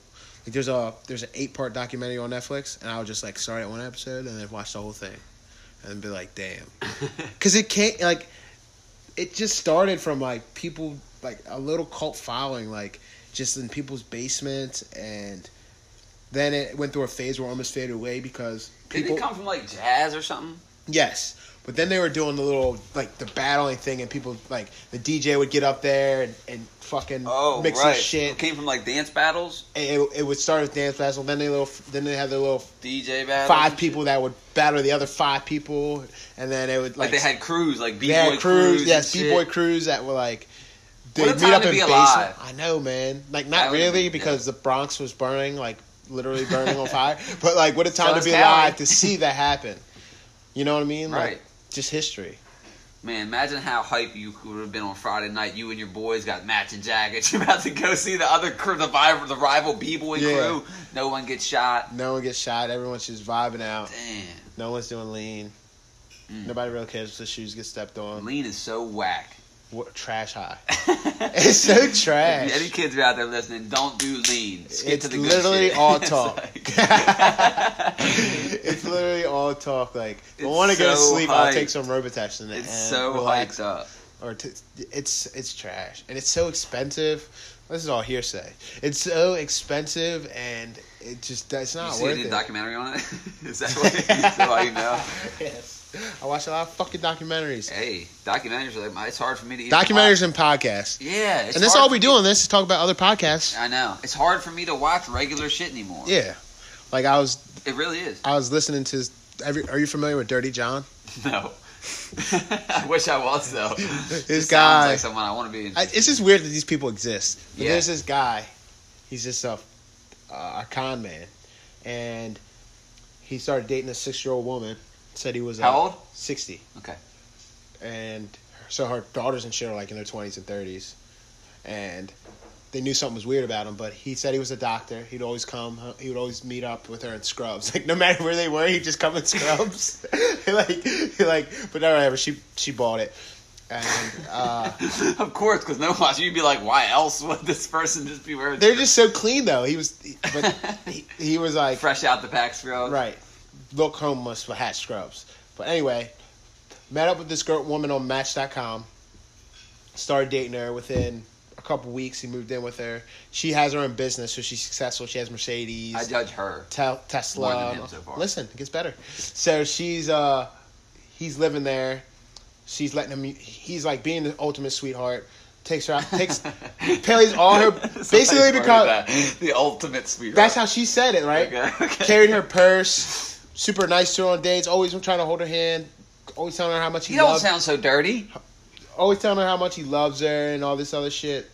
S1: Like there's a there's an eight part documentary on Netflix and I'll just like start at one episode and then watch the whole thing, and be like, damn, because it can't like, it just started from like people like a little cult following like just in people's basements and then it went through a phase where it almost faded away because
S2: Did
S1: people
S2: it come from like jazz or something?
S1: Yes. But then they were doing the little like the battling thing and people like the DJ would get up there and, and fucking
S2: Oh,
S1: mix
S2: right.
S1: his
S2: It
S1: shit.
S2: came from like dance battles,
S1: And it, it would start with dance battle. Then they little then they had the little
S2: DJ battles.
S1: five people that would battle the other five people, and then it would like,
S2: Like, they had crews, like b
S1: they had
S2: boy crews.
S1: yes,
S2: and
S1: b boy
S2: shit.
S1: crews that were like they
S2: What a
S1: meet
S2: time
S1: up
S2: to
S1: in
S2: be
S1: basement.
S2: alive.
S1: I know, man. Like
S2: That
S1: not
S2: would've
S1: really
S2: been-
S1: because the Bronx was burning like literally burning on fire, but like what a time to
S2: was
S1: be
S2: Cali.
S1: alive to see that happen. You know what I mean? Like,
S2: Right.
S1: Just history.
S2: Man, imagine how hype you would have been on Friday night. You and your boys got matching jackets. You're about to go see the other crew, the rival, the rival b-boy
S1: Yeah.
S2: crew. No one gets shot.
S1: No one gets shot. Everyone's just vibing out.
S2: Damn,
S1: No one's doing lean.
S2: Mm.
S1: Nobody really cares if the shoes get stepped on.
S2: lean is so whack.
S1: What, trash high. It's so trash.
S2: Any kids out there listening, don't do lean. Skip
S1: It's
S2: to the good
S1: literally
S2: shit.
S1: all
S2: It's
S1: talk.
S2: like-
S1: it's literally all talk. Like, if I
S2: It's
S1: want to go to
S2: so
S1: sleep. I'll
S2: hyped.
S1: take some Robitussin. and
S2: it's so
S1: relax.
S2: hyped up.
S1: Or t- it's it's trash, and it's so expensive. This is all hearsay. It's so expensive, and it just it's
S2: You
S1: not
S2: see
S1: worth
S2: any
S1: it.
S2: documentary on it? is that what is that why you know?
S1: yes, I watch a lot of fucking documentaries,
S2: Hey, documentaries are like my, it's hard for me to even
S1: documentaries
S2: watch.
S1: and podcasts,
S2: Yeah, it's
S1: and that's
S2: hard
S1: all
S2: for
S1: we
S2: me-
S1: do on this is talk about other podcasts.
S2: I know it's hard for me to watch regular shit anymore.
S1: Yeah, like I was
S2: It really is.
S1: I was listening to. Every, are you familiar with Dirty John?
S2: No. I wish I was though. This
S1: guy-
S2: sounds like someone I want to
S1: I,
S2: be. interested
S1: it's just weird that these people exist. But
S2: Yeah.
S1: There's this guy. He's just a, a con man, and he started dating a six-year-old woman. Said he was
S2: in. How
S1: uh,
S2: old?
S1: Sixty.
S2: Okay.
S1: And so her daughters and shit are like in their twenties and thirties, and they knew something was weird about him. But he said he was a doctor. He'd always come. He would always meet up with her in scrubs. Like no matter where they were, he'd just come in scrubs. like like, but whatever. She she bought it, and. uh
S2: of course, because no watch, you'd be like, why else would this person just be wearing
S1: They're just so clean though. He was, but he, he was like
S2: fresh out the pack scrubs?
S1: right. Look homeless for hat scrubs. But anyway, met up with this girl woman on Match.com. Started dating her. Within a couple weeks, he moved in with her. She has her own business, so she's successful. She has Mercedes.
S2: I judge her.
S1: Te- Tesla.
S2: More than him so far.
S1: Listen, it gets better. So she's uh, he's living there. She's letting him. He's like being the ultimate sweetheart. Takes her out. Takes Paley's all her.
S2: Somebody's
S1: basically
S2: part of
S1: because
S2: that. the ultimate sweetheart.
S1: that's how she said it, right?
S2: Okay, okay.
S1: Carried her purse. Super nice to her on dates. Always trying to hold her hand. Always telling her how much he
S2: You don't
S1: loves.
S2: sound so dirty.
S1: always telling her how much he loves her and all this other shit.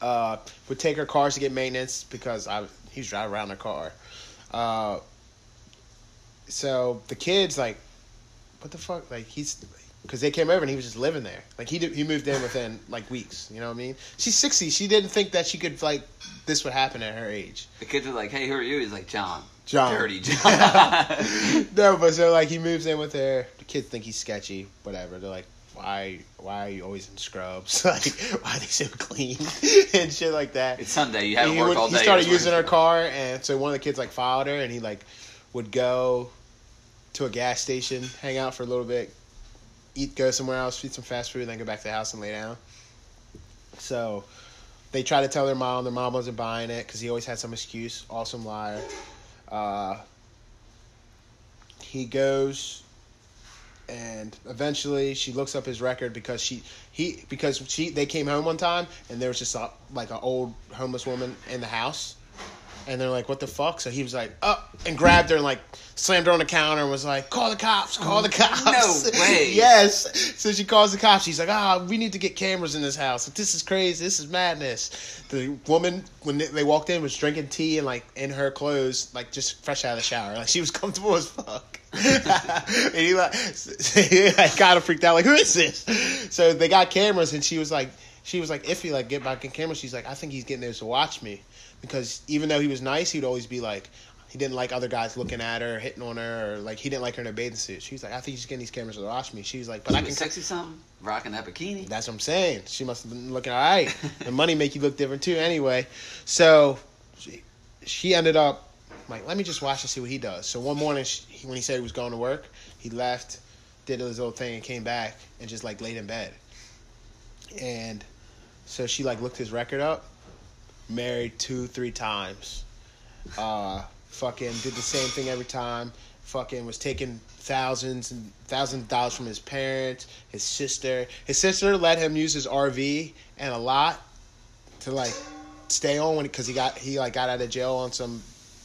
S1: Uh, would take her cars to get maintenance because I he's driving around her car. Uh, so the kids like, what the fuck? Like he's because they came over and he was just living there. Like he did, he moved in within like weeks. You know what I mean? She's sixty. She didn't think that she could like this would happen at her age.
S2: The kids are like, hey, who are you? He's like, John.
S1: John.
S2: Dirty John.
S1: no, but so like he moves in with her. The kids think he's sketchy. Whatever. They're like, why? Why are you always in scrubs? like, why are they so clean and shit like that?
S2: it's Sunday. You haven't
S1: he,
S2: worked
S1: would-
S2: all
S1: he
S2: day.
S1: started
S2: You're just
S1: using her
S2: working.
S1: car, and so one of the kids like followed her, and he like would go to a gas station, hang out for a little bit, eat, go somewhere else, eat some fast food, and then go back to the house and lay down. So they tried to tell their mom. Their mom wasn't buying it because he always had some excuse. Awesome liar. Uh, he goes and eventually she looks up his record because she he because she they came home one time and there was just a, like an old homeless woman in the house and they're like what the fuck so he was like up and grabbed her and like slammed her on the counter and was like call the cops call the cops
S2: way.
S1: yes so she calls the cops she's like ah we need to get cameras in this house this is crazy this is madness the woman when they- they walked in was drinking tea and like in her clothes like just fresh out of the shower like she was comfortable as fuck and he like, he like kind of freaked out, like, who is this? So they got cameras, and she was like, she was like iffy, like get back in camera. She's like, I think he's getting there to watch me, because even though he was nice, he'd always be like, he he didn't like other guys looking at her, hitting on her, or like he didn't like her in her bathing suit. She's like, I think she's getting these cameras to watch me. She's like, but
S2: She
S1: I
S2: was
S1: can.
S2: sexy something, rocking that bikini.
S1: That's what I'm saying. She must have been looking all right. and money make you look different too, anyway. So she, she ended up like, let me just watch and see what he does. So one morning, she, he- when he said he was going to work, he left, did his little thing, and came back and just like laid in bed. And so she like looked his record up, married two, three times. Uh, fucking did the same thing every time. Fucking was taking thousands and thousands of dollars from his parents, his sister. His sister let him use his RV and a lot to like stay on when because he got he like got out of jail on some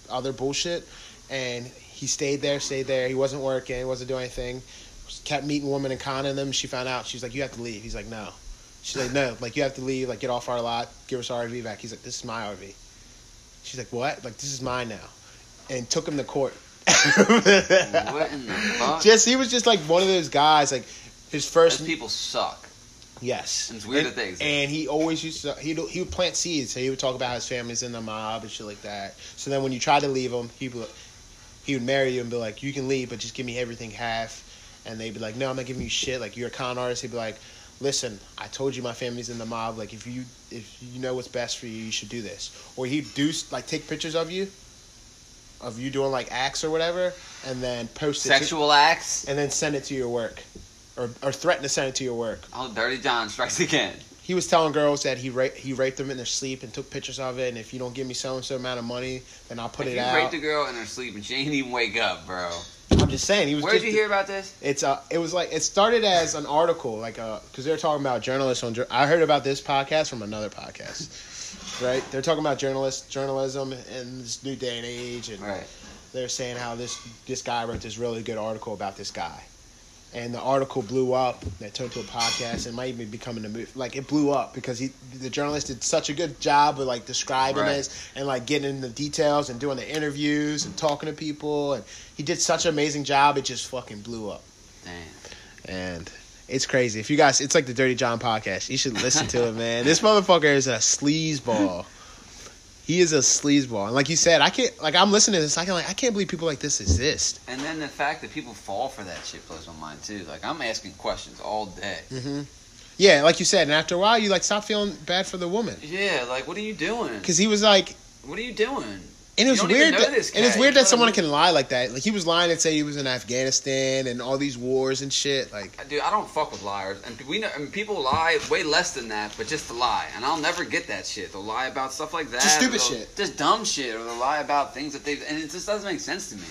S1: other bullshit, and he stayed there, stayed there. He wasn't working, he wasn't doing anything. Just kept meeting women and conning them. She found out. She's like, "You have to leave." He's like, "No." She's like, "No, like you have to leave. Like get off our lot. Give us our RV back." He's like, "This is my RV." She's like, "What? Like this is mine now," and took him to court.
S2: What in the fuck?
S1: Just he was just like one of those guys. Like his first
S2: Those people suck.
S1: Yes,
S2: And it's weird
S1: and,
S2: that they exist.
S1: And he always used to he he would plant seeds. So he would talk about how his family's in the mob and shit like that. So then when you tried to leave him, he would he would marry you and be like, "You can leave, but just give me everything half." And they'd be like, "No, I'm not giving you shit. Like you're a con artist." He'd be like, "Listen, I told you my family's in the mob. Like if you if you know what's best for you, you should do this." Or he'd do s- like take pictures of you, of you doing like acts or whatever, and then post it to-
S2: Sexual acts.
S1: and then send it to your work, or or threaten to send it to your work
S2: Oh, Dirty John strikes again.
S1: he was telling girls that he ra- he raped them in their sleep and took pictures of it. And if you don't give me so and so amount of money, then I'll put
S2: If
S1: it
S2: you
S1: out.
S2: raped a girl in her sleep and she ain't even wake up, bro.
S1: I'm just saying. He was.
S2: Where'd
S1: just,
S2: you hear about this?
S1: It's uh, it was like it started as an article, like uh, because they're talking about journalists on. jour- I heard about this podcast from another podcast, right? They're talking about journalists, journalism, and this new day and age, and
S2: Right.
S1: they're saying how this this guy wrote this really good article about this guy, and the article blew up. and That turned to a podcast and might even be becoming a movie. Like it blew up because he the journalist did such a good job of like describing
S2: Right.
S1: this and like getting into the details and doing the interviews and talking to people and he did such an amazing job. It just fucking blew up
S2: Damn.
S1: and. It's crazy. If you guys, it's like the Dirty John podcast. You should listen to it, man. This motherfucker is a sleazeball. He is a sleazeball, and like you said, I can't. Like I'm listening to this, I can like I can't believe people like this exist.
S2: And then the fact that people fall for that shit blows my mind too. Like I'm asking questions all day.
S1: hmm Yeah, like you said, and after a while, you like stop feeling bad for the woman
S2: Yeah, like what are you doing?
S1: because he was like,
S2: What are you doing?
S1: and it
S2: You
S1: was
S2: don't even
S1: weird.
S2: know
S1: That,
S2: this
S1: and it's
S2: guy.
S1: weird
S2: You
S1: that
S2: don't
S1: someone
S2: even-
S1: can lie like that. Like he was lying and say he was in Afghanistan and all these wars and shit. Like
S2: Dude, I don't fuck with liars, and we know and people lie way less than that, but just to lie, and I'll never get that shit. They'll lie about stuff like that,
S1: Just
S2: or
S1: stupid
S2: they'll-
S1: shit.
S2: just dumb shit, or they'll lie about things that they and it just doesn't make sense to me.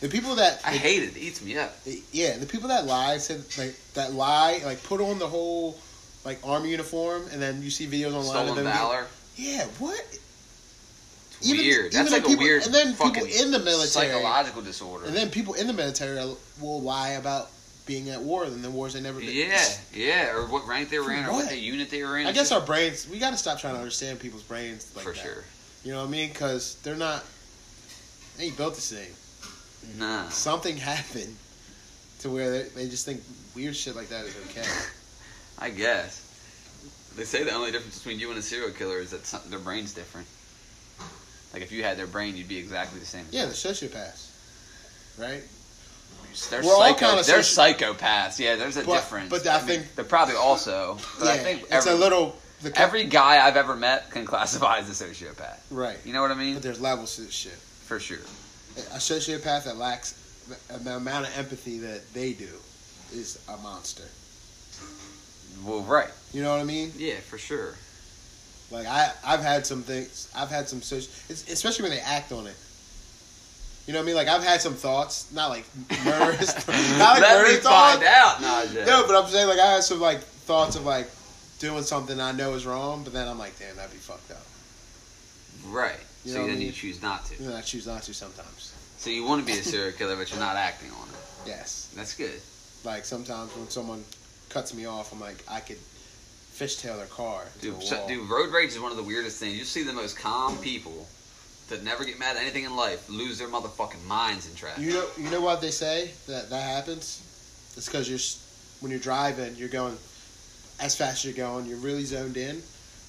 S1: the people that
S2: I hate it; it eats me up.
S1: yeah, the people that lie said like that lie like put on the whole like army uniform and then you see videos online
S2: Stolen valor,
S1: yeah, what?
S2: it's weird. That's like a weird fucking
S1: the
S2: psychological disorder.
S1: And then people in the military are- will lie about being at war and the wars they never been.
S2: yeah, yeah, or what rank they were in, or
S1: What?
S2: what the unit they were in.
S1: I
S2: It's
S1: guess
S2: just-
S1: our brains, we got to stop trying to understand people's brains like
S2: for
S1: that.
S2: sure.
S1: You know what I mean? Because they're not, they ain't built the same.
S2: Uh-huh. Nah.
S1: Something happened to where they, they just think weird shit like that is okay.
S2: I guess. They say the only difference between you and a serial killer is that some, their brain's different. Like if you had their brain, you'd be exactly the same. as
S1: Yeah,
S2: them.
S1: the sociopaths, right?
S2: they're
S1: we're all
S2: psycho.
S1: kinda
S2: they're
S1: soci-
S2: psychopaths. Yeah, there's a
S1: But-
S2: difference.
S1: but I
S2: mean,
S1: think-
S2: they're probably also. But
S1: yeah,
S2: I think
S1: it's
S2: every,
S1: a little, the co-
S2: every guy I've ever met can classify as a sociopath.
S1: right.
S2: You know what I mean?
S1: But there's levels to this shit.
S2: For sure.
S1: A sociopath that lacks the, the amount of empathy that they do is a monster.
S2: Well, right.
S1: You know what I mean?
S2: Yeah, for sure.
S1: Like I, I've had some things. I've had some social, it's, especially when they act on it. You know what I mean? Like I've had some thoughts, not like murderous, not like
S2: Let me
S1: murder thoughts.
S2: find out, Najee.
S1: No, but I'm saying like I had some like thoughts of like doing something I know is wrong, but then I'm like, damn, that'd be fucked up.
S2: right.
S1: You
S2: so
S1: know what I
S2: then you
S1: mean?
S2: choose not to.
S1: You know, I choose not to sometimes.
S2: So you want to be a serial killer, but you're not acting on it.
S1: Yes,
S2: That's good.
S1: like sometimes when someone cuts me off, I'm like, I could fishtail their car. into
S2: Dude,
S1: a
S2: so-
S1: wall.
S2: dude, road rage is one of the weirdest things. You see the most calm people that never get mad at anything in life lose their motherfucking minds in traffic.
S1: You know, you know what they say that that happens. It's because you're s- when you're driving, you're going as fast as you're going. You're really zoned in.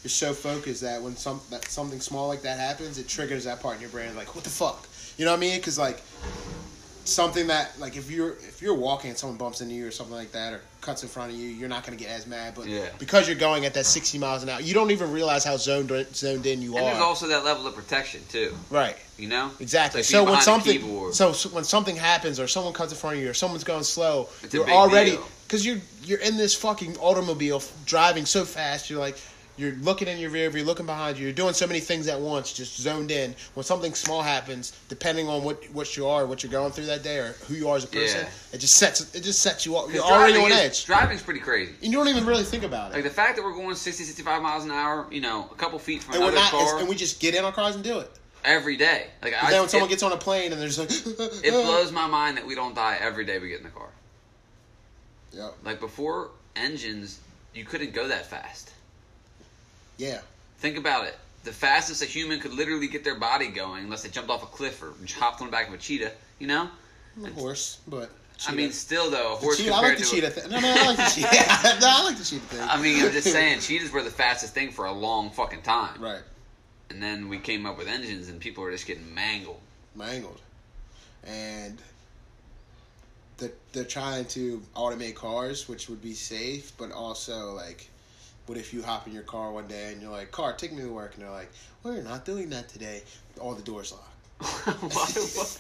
S1: You're so focused that when some that something small like that happens, it triggers that part in your brain. Like, what the fuck? You know what I mean? Because like something that like if you're if you're walking and someone bumps into you or something like that or cuts in front of you, you're not gonna get as mad. But
S2: Yeah.
S1: because you're going at that 60 miles an hour, you don't even realize how zoned zoned in you
S2: And there's
S1: are.
S2: also that level of protection too.
S1: right.
S2: You know
S1: Exactly.
S2: It's like
S1: so
S2: being
S1: when
S2: behind a
S1: something
S2: keyboard.
S1: so, so when something happens or someone cuts in front of you or someone's going slow,
S2: It's a
S1: you're
S2: big
S1: already
S2: deal.
S1: because you're you're in this fucking automobile f- driving so fast. You're like you're looking in your rear, view, you're looking behind you, you're doing so many things at once, just zoned in. When something small happens, depending on what what you are, what you're going through that day, or who you are as a person,
S2: Yeah.
S1: it just sets it just sets you up.
S2: 'Cause
S1: You're already on
S2: driving is-
S1: edge,
S2: Driving's pretty crazy.
S1: and you don't even really think about
S2: Like
S1: it.
S2: the fact that we're going 60, 65 miles an hour, you know, a couple feet from
S1: And we're
S2: another
S1: not, it's-
S2: car
S1: and we just get in our cars and do it.
S2: every day. Like I,
S1: But then when someone
S2: it,
S1: gets on a plane and there's like,
S2: it blows my mind that we don't die every day we get in the car.
S1: Yep.
S2: Like before engines, you couldn't go that fast.
S1: Yeah.
S2: Think about it. The fastest a human could literally get their body going, unless they jumped off a cliff or hopped on the back of a cheetah, you know.
S1: Of course, but
S2: I mean, still though,
S1: The
S2: a horse
S1: cheetah, I
S2: compared
S1: like the
S2: to a-
S1: cheetah thing. No, no, I like the cheetah. no, I like the cheetah thing.
S2: I mean, I'm just saying, cheetahs were the fastest thing for a long fucking time.
S1: right,
S2: And then we came up with engines, and people were just getting mangled.
S1: mangled, and they're, they're trying to automate cars, which would be safe, but also like, what if you hop in your car one day and you're like, "Car, take me to work," and they're like, "Well, you're not doing that today. All the doors locked."
S2: what?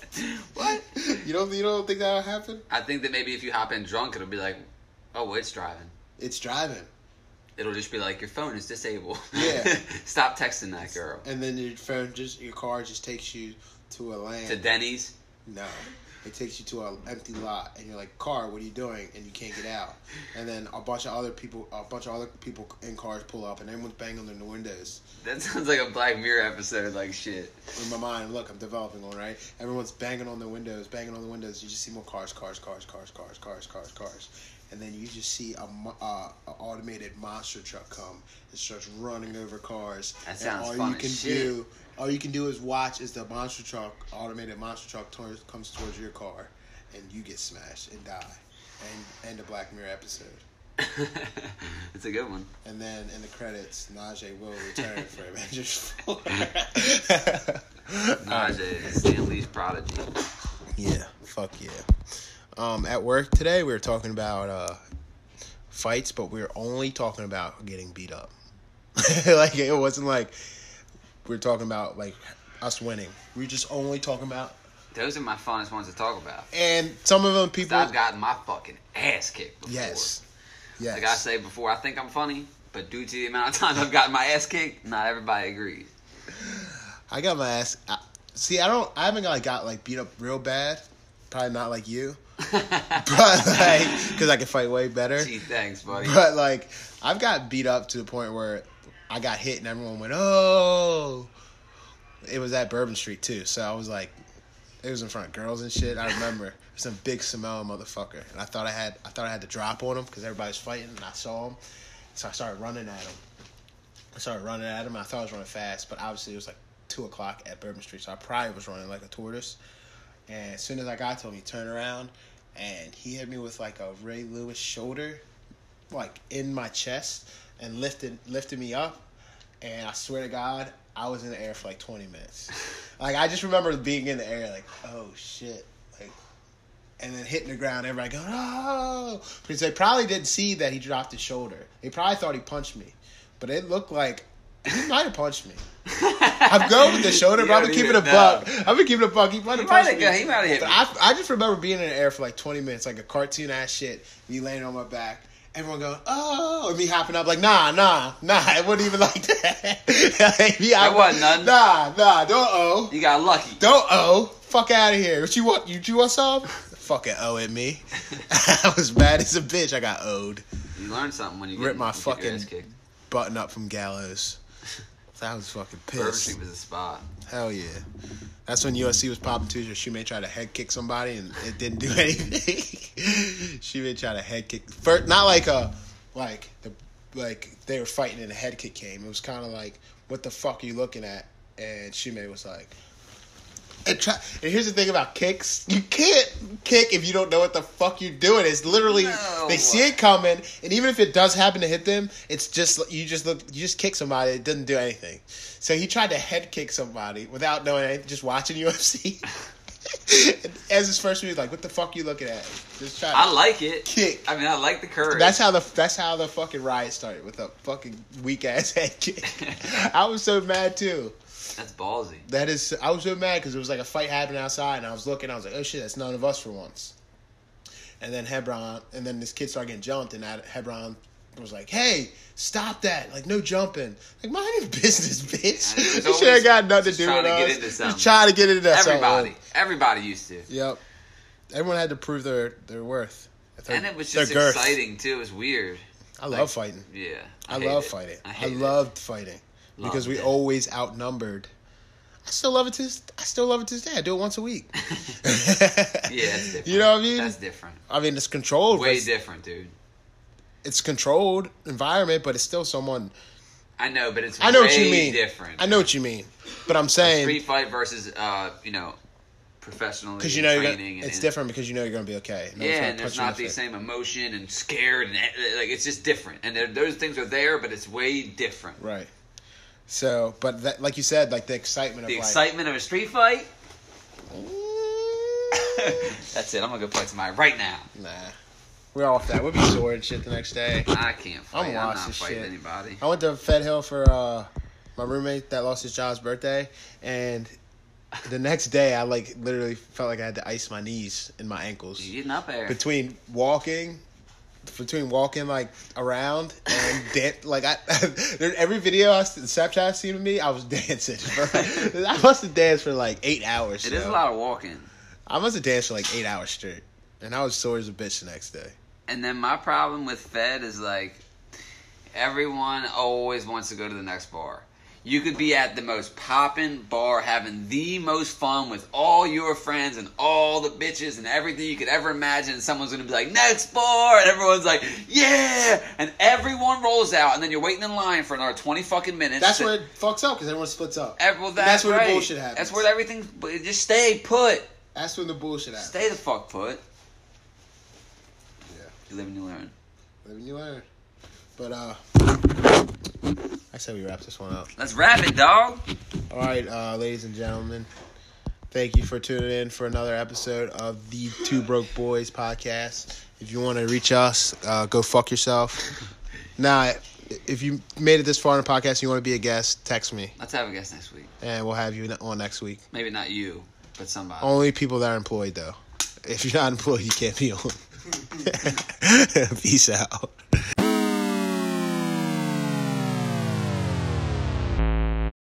S2: What? what?
S1: you don't you don't think that'll happen?
S2: I think that maybe if you hop in drunk, it'll be like, oh, well, it's driving.
S1: It's driving,
S2: It'll just be like, your phone is disabled.
S1: Yeah.
S2: Stop texting that girl.
S1: and then your phone just your car just takes you to a land.
S2: To Denny's.
S1: No. It takes you to an empty lot, and you're like, "Car, what are you doing?" And you can't get out. And then a bunch of other people, a bunch of other people in cars pull up, and everyone's banging on the windows.
S2: That sounds like a Black Mirror episode, like shit.
S1: In my mind, look, I'm developing one, right? Everyone's banging on the windows, banging on the windows. You just see more cars, cars, cars, cars, cars, cars, cars, cars, and then you just see a, mo- uh, a automated monster truck come and starts running over cars.
S2: That
S1: and
S2: sounds
S1: all
S2: fun
S1: you
S2: as
S1: can
S2: shit.
S1: do, all you can do is watch as the monster truck, automated monster truck, towards, comes towards your car, and you get smashed and die, and and a Black Mirror episode.
S2: it's a good one.
S1: And then in the credits, Najee will return for Avengers 4.
S2: Najee is Stan Lee's prodigy.
S1: Yeah, fuck yeah. Um, at work today, we were talking about uh, fights, but we were only talking about getting beat up. like it wasn't like we were talking about like us winning. We were just only talking about,
S2: Those are my funnest ones to talk about.
S1: and some of them people.
S2: I've gotten my fucking ass kicked before.
S1: yes, yes.
S2: Like I say before, I think I'm funny, but due to the amount of times I've gotten my ass kicked, not everybody agrees.
S1: I got my ass. I, see, I don't. I haven't like got like beat up real bad. Probably not like you, but like because I can fight way better.
S2: Gee, thanks, buddy.
S1: But like, I've got beat up to the point where I got hit and everyone went, "Oh!" It was at Bourbon Street too, so I was like, it was in front of girls and shit. I remember some big Samoan motherfucker, and I thought I had, I thought I had to drop on him because everybody's fighting, and I saw him, so I started running at him. I started running at him. And I thought I was running fast, but obviously it was like two o'clock at Bourbon Street, so I probably was running like a tortoise. And as soon as I got to him, he turned around and he hit me with like a Ray Lewis shoulder, like in my chest, and lifted lifted me up. And I swear to God, I was in the air for like 20 minutes. Like I just remember being in the air, like oh shit, like. And then hitting the ground, everybody going, oh! Because they probably didn't see that he dropped his shoulder. They probably thought he punched me. But it looked like he might have punched me. I'm going with the shoulder,
S2: You
S1: but I'm
S2: don't
S1: gonna keep it
S2: even
S1: a
S2: know.
S1: buck. I'm gonna keep it a buck. He might
S2: He
S1: have
S2: might
S1: punched
S2: have
S1: me.
S2: got. He might have hit
S1: But
S2: me.
S1: I, I just remember being in the air for like 20 minutes, like a cartoon ass shit. Me laying on my back, everyone going, oh, or me hopping up, like, nah, nah, nah, it wasn't even like that. Like, me hopping
S2: wasn't
S1: up,
S2: none.
S1: Nah, nah, don't oh.
S2: You got lucky.
S1: Don't oh. Fuck out of here. What you want? You, you want some? Fucking oh at me. I was mad as a bitch. I got owed.
S2: You learn something when you
S1: Rip
S2: get,
S1: my
S2: you get your
S1: fucking-
S2: ass kicked.
S1: Button up from Gallows. That was fucking
S2: Bourbon
S1: pissed.
S2: Street was a spot.
S1: Hell yeah. That's when USC was popping too. She may try to head kick somebody and it didn't do anything. she may try to head kick first, not like a like the like they were fighting and a head kick came. It was kind of like, what the fuck are you looking at? And Shumei was like, And, try, and here's the thing about kicks: you can't kick if you don't know what the fuck you're doing. It's literally
S2: No.
S1: they see it coming, and even if it does happen to hit them, it's just you just look you just kick somebody. It doesn't do anything. So he tried to head kick somebody without knowing anything, just watching UFC. And As his first move, like, what the fuck you looking at? Just try. to
S2: I like it.
S1: Kick.
S2: I mean, I like the courage.
S1: That's how the that's how the fucking riot started with a fucking weak ass head kick. I was so mad too.
S2: That's ballsy.
S1: That is, I was so mad because it was like a fight happening outside, and I was looking. I was like, oh shit, that's none of us for once. And then Hebron, and then this kid started getting jumped, and I, Hebron was like, hey, stop that! Like no jumping. Like mind your business, bitch.
S2: Yeah, it's
S1: you should
S2: always
S1: have got nothing to
S2: just
S1: do
S2: trying
S1: with
S2: to get
S1: us.
S2: into
S1: Just
S2: something.
S1: trying to get into that.
S2: Everybody, everybody used to.
S1: Yep. Everyone had to prove their their worth. Their,
S2: and it was
S1: their
S2: just
S1: girth.
S2: exciting too. It was weird.
S1: I love
S2: Like,
S1: fighting.
S2: Yeah,
S1: I,
S2: hate
S1: love
S2: it.
S1: fighting. I,
S2: hate it.
S1: loved fighting because
S2: Loved
S1: we
S2: it.
S1: always outnumbered. I still love it to. this- I still love it to this day. I do it once a week. yeah,
S2: Yeah, that's different.
S1: you know what I mean.
S2: That's different.
S1: I mean, it's controlled. but
S2: Way
S1: It's,
S2: different, dude.
S1: it's controlled environment, but it's still someone.
S2: I know, but it's
S1: I know
S2: way
S1: what you mean.
S2: different.
S1: I know what you mean, but I'm
S2: Street
S1: saying
S2: fight versus, uh, you know, professionally
S1: because you know you're gonna,
S2: training. and,
S1: it's
S2: and-
S1: different because you know you're going to be okay. No one's
S2: Yeah,
S1: gonna
S2: and
S1: punch
S2: there's
S1: you in
S2: not the
S1: face.
S2: same emotion and scared and eh, like it's just different. And there, those things are there, but it's way different.
S1: Right. So, but that, like you said, like the excitement
S2: The
S1: of
S2: excitement of a street fight.
S1: like.
S2: That's it. I'm gonna go play tonight right now.
S1: nah, we're off that. We'll be sore and shit the next day.
S2: I can't fight. I'm,
S1: lost
S2: not
S1: as
S2: fighting
S1: shit.
S2: anybody.
S1: I went to Fed Hill for uh, my roommate that lost his job's birthday, and the next day I like literally felt like I had to ice my knees and my ankles
S2: You're getting up there.
S1: between walking, between walking like around and dan- like I there- every video I s- Snapchat I've seen of me I was dancing. bro. I must have danced for like eight hours.
S2: It is a
S1: yo.
S2: lot of walking.
S1: I must have danced for like eight hours straight, and I was sore as a bitch the next day.
S2: And then my problem with Fed is like everyone always wants to go to the next bar. You could be at the most poppin' bar having the most fun with all your friends and all the bitches and everything you could ever imagine. And someone's gonna be like, next bar! And everyone's like, yeah! And everyone rolls out, and then you're waiting in line for another 20 fucking minutes.
S1: That's
S2: to-
S1: where it fucks up because everyone splits up.
S2: Ev- well,
S1: that's where the
S2: right.
S1: bullshit happens.
S2: That's where everything. but Just stay put.
S1: That's when the bullshit happens.
S2: Stay the fuck put.
S1: Yeah.
S2: You live and you learn.
S1: Live and you learn. But uh I say we wrap this one up.
S2: Let's wrap it, dog.
S1: Alright, uh, ladies and gentlemen. Thank you for tuning in for another episode of the Two Broke Boys podcast. If you want to reach us, uh, go fuck yourself. Now, if you made it this far in the podcast and you want to be a guest, text me
S2: Let's have a guest next week.
S1: and we'll have you on next week.
S2: Maybe not you, but somebody.
S1: Only people that are employed, though. If you're not employed, you can't be on. Peace out.